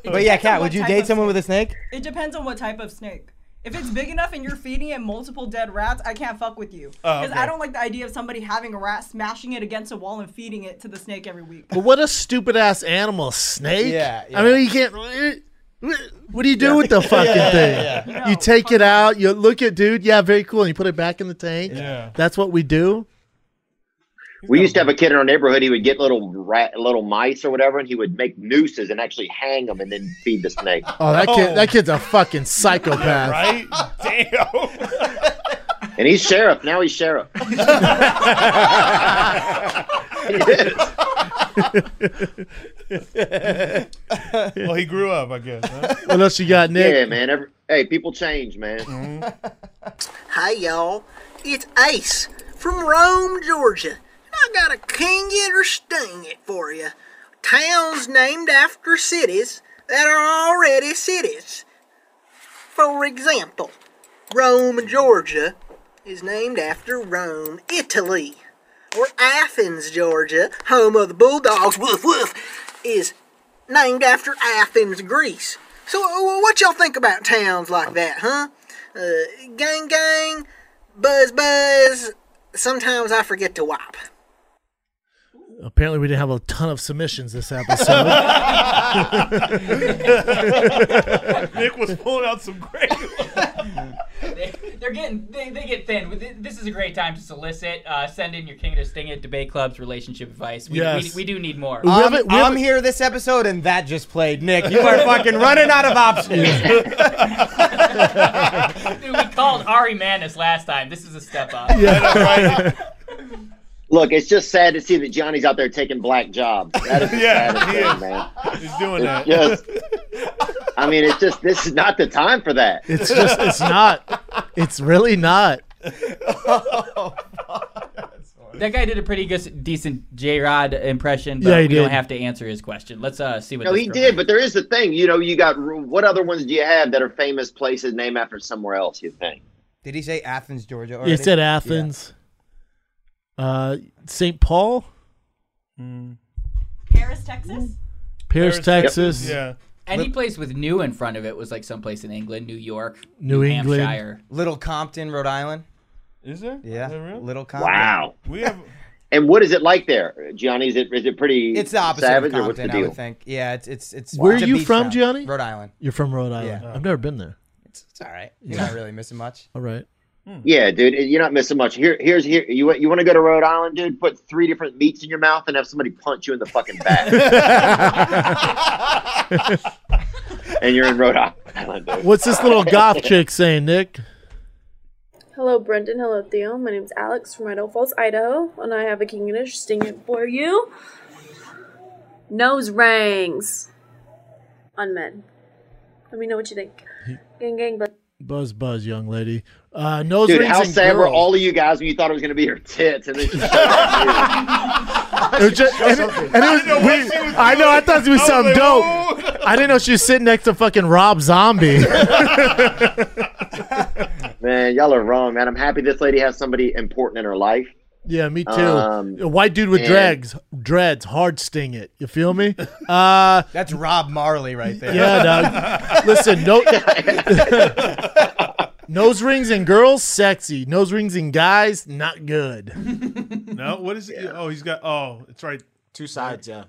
Speaker 11: But yeah,
Speaker 6: depends on
Speaker 11: Kat,
Speaker 6: what
Speaker 11: would you
Speaker 6: type
Speaker 11: date
Speaker 6: of
Speaker 11: someone with a snake?
Speaker 6: It depends on what type of snake. If it's big enough and you're feeding it multiple dead rats, I can't fuck with you.
Speaker 3: Oh,
Speaker 6: Because
Speaker 3: okay.
Speaker 6: I don't like the idea of somebody having a rat, smashing it against a wall, and feeding it to the snake every week.
Speaker 3: But what a stupid ass animal, a snake.
Speaker 6: Yeah,
Speaker 3: I mean, you can't. What do you do with the fucking
Speaker 6: Yeah,
Speaker 3: thing?
Speaker 6: yeah, yeah.
Speaker 3: You take it out. You look at dude. Yeah, very cool. And you put it back in the tank.
Speaker 2: Yeah.
Speaker 3: That's what we do.
Speaker 2: we used to have a kid in our neighborhood. He would get little rat, little mice or whatever, and he would make nooses and actually hang them and then feed the snake.
Speaker 3: Oh, that kid. That kid's a fucking psychopath.
Speaker 4: right? Damn.
Speaker 2: And he's sheriff. Now he's sheriff. He is.
Speaker 4: well, he grew up, I guess. Huh?
Speaker 3: What else you got, Nick?
Speaker 2: Yeah, man. Every, hey, people change, man.
Speaker 4: Mm-hmm.
Speaker 16: Hi, y'all. It's Ace from Rome, Georgia. And I got a king it or sting it for you. Towns named after cities that are already cities. For example, Rome, Georgia is named after Rome, Italy. Or Athens, Georgia, home of the Bulldogs, woof woof, is named after Athens, Greece. So, uh, what y'all think about towns like that, huh? Uh, gang, gang, buzz, buzz. Sometimes I forget to wipe.
Speaker 3: Apparently, we didn't have a ton of submissions this episode.
Speaker 4: Nick was pulling out some great
Speaker 8: they, they're getting they, they get thin. With- This is a great time to solicit. Uh, send in your King of Sting at debate clubs, relationship advice. We,
Speaker 11: Yes.
Speaker 8: we, we do need more. Um,
Speaker 11: I'm, Um, I'm here this episode, and that just played. Nick, you are fucking running out of options.
Speaker 8: Dude, we called Ari Manis last time. This is a step up.
Speaker 2: Look, it's just sad to see that Johnny's out there taking black jobs. That is the
Speaker 4: Yeah,
Speaker 2: saddest
Speaker 4: he
Speaker 2: thing,
Speaker 4: is.
Speaker 2: man.
Speaker 4: He's doing that.
Speaker 2: It's just- I mean, it's just this is not the time for that.
Speaker 3: it's just, it's not. It's really not.
Speaker 8: That guy did a pretty good, decent J Rod impression, but
Speaker 3: Yeah, he
Speaker 8: we don't
Speaker 3: did.
Speaker 8: have to answer his question. Let's uh, see what.
Speaker 2: No,
Speaker 8: this
Speaker 2: he
Speaker 8: girl-
Speaker 2: did, but there is the thing. You know, you got what other ones do you have that are famous places named after somewhere else? You think?
Speaker 11: Did he say Athens, Georgia?
Speaker 3: You
Speaker 11: already?
Speaker 3: said Athens, uh, St. Paul,
Speaker 2: Mm.
Speaker 6: Paris, Texas.
Speaker 3: Paris, Texas.
Speaker 8: Any place with new in front of it was like someplace in England, New York,
Speaker 3: New England.
Speaker 8: Hampshire.
Speaker 11: Little Compton, Rhode Island.
Speaker 4: Is there?
Speaker 11: Yeah. Little Compton.
Speaker 2: Wow.
Speaker 4: We have.
Speaker 2: And what is it like there, Johnny? Is it is it pretty?
Speaker 11: It's the opposite
Speaker 2: savage,
Speaker 11: of
Speaker 2: or what's the
Speaker 11: Compton, I
Speaker 2: deal?
Speaker 11: would think. Yeah, it's it's it's.
Speaker 3: Where
Speaker 11: it's
Speaker 3: are
Speaker 11: a
Speaker 3: you
Speaker 11: beach
Speaker 3: from,
Speaker 11: town.
Speaker 3: Gianni?
Speaker 11: Rhode Island.
Speaker 3: You're from Rhode Island.
Speaker 2: Oh.
Speaker 11: Yeah.
Speaker 3: I've never been there.
Speaker 11: It's, it's all right. You're not really missing much.
Speaker 3: All right.
Speaker 2: Yeah, dude, you're not missing much. Here, here's here. You want- you want to go to Rhode Island, dude? Put three different meats in your mouth and have somebody punch you in the fucking back. and you're in Rhode Island. Dude.
Speaker 3: What's this little goth chick saying, Nick?
Speaker 17: Hello, Brendan. Hello, Theo. My name's Alex from Idaho Falls, Idaho, and I have a king dish sting it for you. Nose rings on men. Let me know what you think. Gang, gang, but
Speaker 3: Buzz, buzz, young lady. Uh, nose
Speaker 2: dude,
Speaker 3: rings
Speaker 2: how
Speaker 3: and
Speaker 2: sad were
Speaker 3: girls.
Speaker 2: all of you guys when you thought it was gonna be your tits, and then she showed
Speaker 3: It was just, and, it, and it was,
Speaker 2: know what
Speaker 3: we-
Speaker 2: she was
Speaker 3: I know. I thought it was
Speaker 2: I was
Speaker 3: something
Speaker 2: like,
Speaker 3: dope. I didn't know she was sitting next to fucking Rob Zombie.
Speaker 2: up. man, y'all are wrong, man. I'm happy this lady has somebody important in her life.
Speaker 3: yeah, me too.
Speaker 2: Um,
Speaker 3: A White dude with
Speaker 2: and-
Speaker 3: dreads, dreads, hard sting it. You feel me? Uh,
Speaker 11: That's Rob Marley right there.
Speaker 3: yeah, dog. Listen, no. Nose rings and girls, sexy. Nose rings and guys, not good.
Speaker 4: No, what is it? Oh, he's got. Oh, it's right.
Speaker 5: Two sides. Yeah.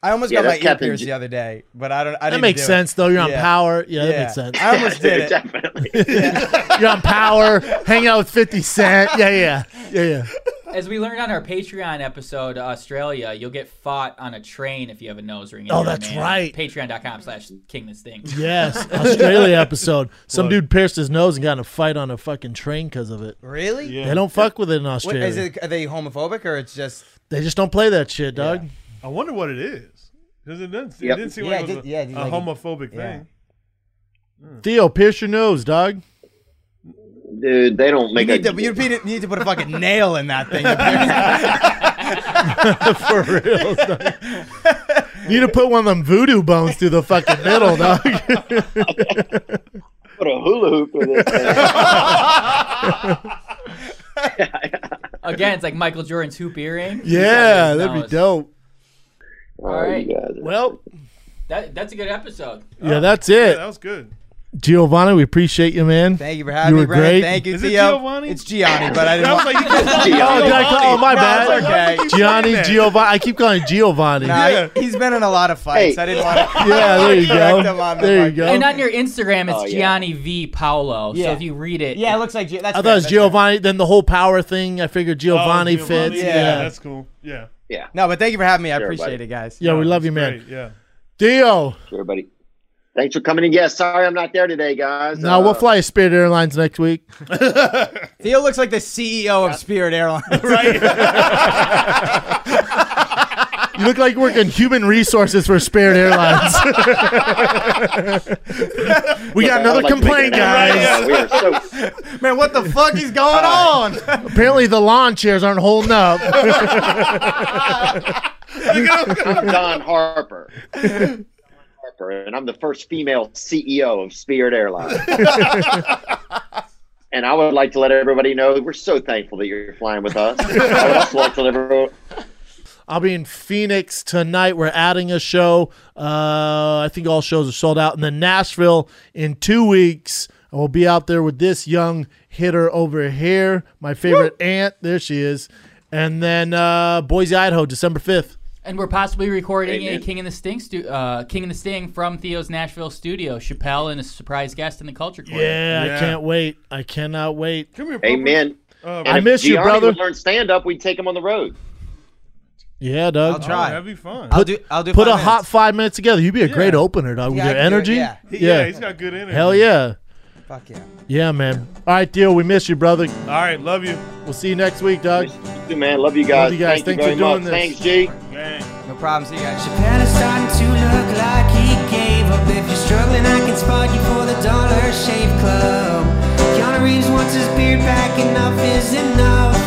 Speaker 11: I almost
Speaker 3: Yeah,
Speaker 11: got my
Speaker 3: that's
Speaker 11: ear
Speaker 3: Captain
Speaker 11: pierced
Speaker 3: J-
Speaker 11: the other day, but I don't. I
Speaker 3: that
Speaker 11: didn't
Speaker 3: makes
Speaker 11: do it.
Speaker 3: sense, though. You're on
Speaker 11: Yeah.
Speaker 3: power. Yeah, that makes sense.
Speaker 11: I almost did it.
Speaker 3: You're on power, hanging out with 50 Cent. Yeah, yeah, yeah, yeah.
Speaker 8: As we learned on our Patreon episode, Australia, you'll get fought on a train if you have a nose ring. in
Speaker 3: Oh,
Speaker 8: your
Speaker 3: that's
Speaker 8: man.
Speaker 3: right.
Speaker 8: Patreon.com slash King This Thing.
Speaker 3: Yes, Australia episode. Some dude pierced his nose and got in a fight on a fucking train because of it.
Speaker 11: Really? Yeah.
Speaker 3: They don't fuck with it in
Speaker 11: What,
Speaker 3: Australia.
Speaker 11: is it, are they homophobic or it's just?
Speaker 3: They just don't play that shit, dog.
Speaker 4: I wonder what it is. Because it didn't,
Speaker 3: Yep.
Speaker 4: it didn't seem
Speaker 11: Yeah,
Speaker 4: like
Speaker 11: it
Speaker 4: it was
Speaker 11: did-
Speaker 4: a,
Speaker 11: yeah, it did
Speaker 4: a
Speaker 11: like-
Speaker 4: homophobic
Speaker 11: yeah.
Speaker 4: thing.
Speaker 11: Hmm.
Speaker 3: Theo, pierce your nose, dog.
Speaker 2: Dude, they don't
Speaker 11: You
Speaker 2: make
Speaker 11: need,
Speaker 2: a.
Speaker 11: to, you need to- you need to put a fucking nail in that thing. For
Speaker 3: real. You need to put one of them voodoo bones through the fucking middle, dog.
Speaker 2: Put a hula hoop in this.
Speaker 8: Again, it's like Michael Jordan's hoop
Speaker 3: yeah,
Speaker 8: earring. He's got his
Speaker 3: that'd be
Speaker 8: nose.
Speaker 3: dope.
Speaker 8: All right.
Speaker 3: Well,
Speaker 8: that, that's a good episode. Oh.
Speaker 3: Yeah, that's it.
Speaker 4: that was good.
Speaker 3: Giovanni, we appreciate you, man.
Speaker 11: Thank you for
Speaker 3: you
Speaker 11: having
Speaker 3: were
Speaker 11: me, Brandon.
Speaker 3: great.
Speaker 11: Thank you, Theo. It's Gianni, but I didn't.
Speaker 4: Sounds like you just-
Speaker 3: Oh, did I call- oh, my
Speaker 11: No,
Speaker 3: bad.
Speaker 11: it's okay.
Speaker 3: Gianni,
Speaker 11: Keep saying that.
Speaker 3: Giovanni. I keep calling him Giovanni.
Speaker 11: Nah, he- he's been in a lot of fights. I didn't want to.
Speaker 3: Yeah, there you go. There you go.
Speaker 8: And on your Instagram, it's
Speaker 3: Oh, yeah.
Speaker 8: Gianni V. Paolo. So
Speaker 11: Yeah.
Speaker 8: if you read it.
Speaker 11: Yeah, it looks like G- that's.
Speaker 3: I thought it was Giovanni. Then the whole power thing. I figured Giovanni, fits. Yeah.
Speaker 4: cool. Yeah.
Speaker 2: Yeah.
Speaker 11: No, but thank you for having me. I
Speaker 2: Sure,
Speaker 11: appreciate
Speaker 2: buddy.
Speaker 11: it, guys.
Speaker 3: Yeah, we love you, man.
Speaker 4: Yeah.
Speaker 3: Dio.
Speaker 2: Sure, buddy. Thanks for coming in. Yeah, sorry I'm not there today, guys. Uh,
Speaker 3: Now we'll fly Spirit Airlines next week.
Speaker 11: Theo looks like the CEO of Spirit Airlines.
Speaker 3: You look like you work in human resources for Spirit Airlines. we got another complaint, guys.
Speaker 11: Man, what the fuck is going on?
Speaker 3: Apparently, the lawn chairs aren't holding up.
Speaker 2: I'm Don Harper. Don E Harper, and I'm the first female CEO of Spirit Airlines. And I would like to let everybody know we're so thankful that you're flying with us. I would also like to let everyone,
Speaker 3: I'll be in Phoenix tonight. We're adding a show. Uh, I think all shows are sold out. And then Nashville in two weeks. I will be out there with this young hitter over here, my favorite aunt. There she is. And then uh, Boise, Idaho, December 5th.
Speaker 8: And we're possibly recording a King in the Sting stu- uh, King in the Sting from Theo's Nashville studio. Chappelle and a surprise guest in the Culture
Speaker 2: Oh,
Speaker 8: Corner.
Speaker 3: Yeah, I can't wait. I cannot wait. Come
Speaker 8: here,
Speaker 2: amen.
Speaker 3: Uh,
Speaker 2: And
Speaker 3: I
Speaker 2: if
Speaker 3: miss you,
Speaker 2: Gianni
Speaker 3: brother.
Speaker 2: Would learn stand up. We'd take him on the road.
Speaker 3: Yeah, Doug.
Speaker 2: I'll try. Oh, that'd be fun.
Speaker 3: Put,
Speaker 2: I'll do- I'll do
Speaker 3: Put a
Speaker 2: five
Speaker 3: hot five minutes together. You'd be a great opener, Doug. With
Speaker 2: Yeah, I
Speaker 3: your
Speaker 2: could do it,
Speaker 3: energy.
Speaker 2: yeah.
Speaker 4: He- yeah, he's got good energy.
Speaker 3: Hell yeah.
Speaker 11: Fuck yeah.
Speaker 3: Yeah, man. All right, deal. We miss you, brother. All
Speaker 4: right, love you.
Speaker 3: We'll see you next week, Doug.
Speaker 2: You, man. Love you guys.
Speaker 3: Love you guys.
Speaker 2: Thank
Speaker 3: Thanks
Speaker 2: you
Speaker 3: for
Speaker 2: very
Speaker 3: doing
Speaker 2: much.
Speaker 3: this.
Speaker 2: Thanks, G.
Speaker 11: No problem. See you guys.
Speaker 10: Japan is starting to look like he gave up. If you're struggling, I can spot you for the Dollar Shave Club. Keanu Reeves wants his beard back, enough is enough.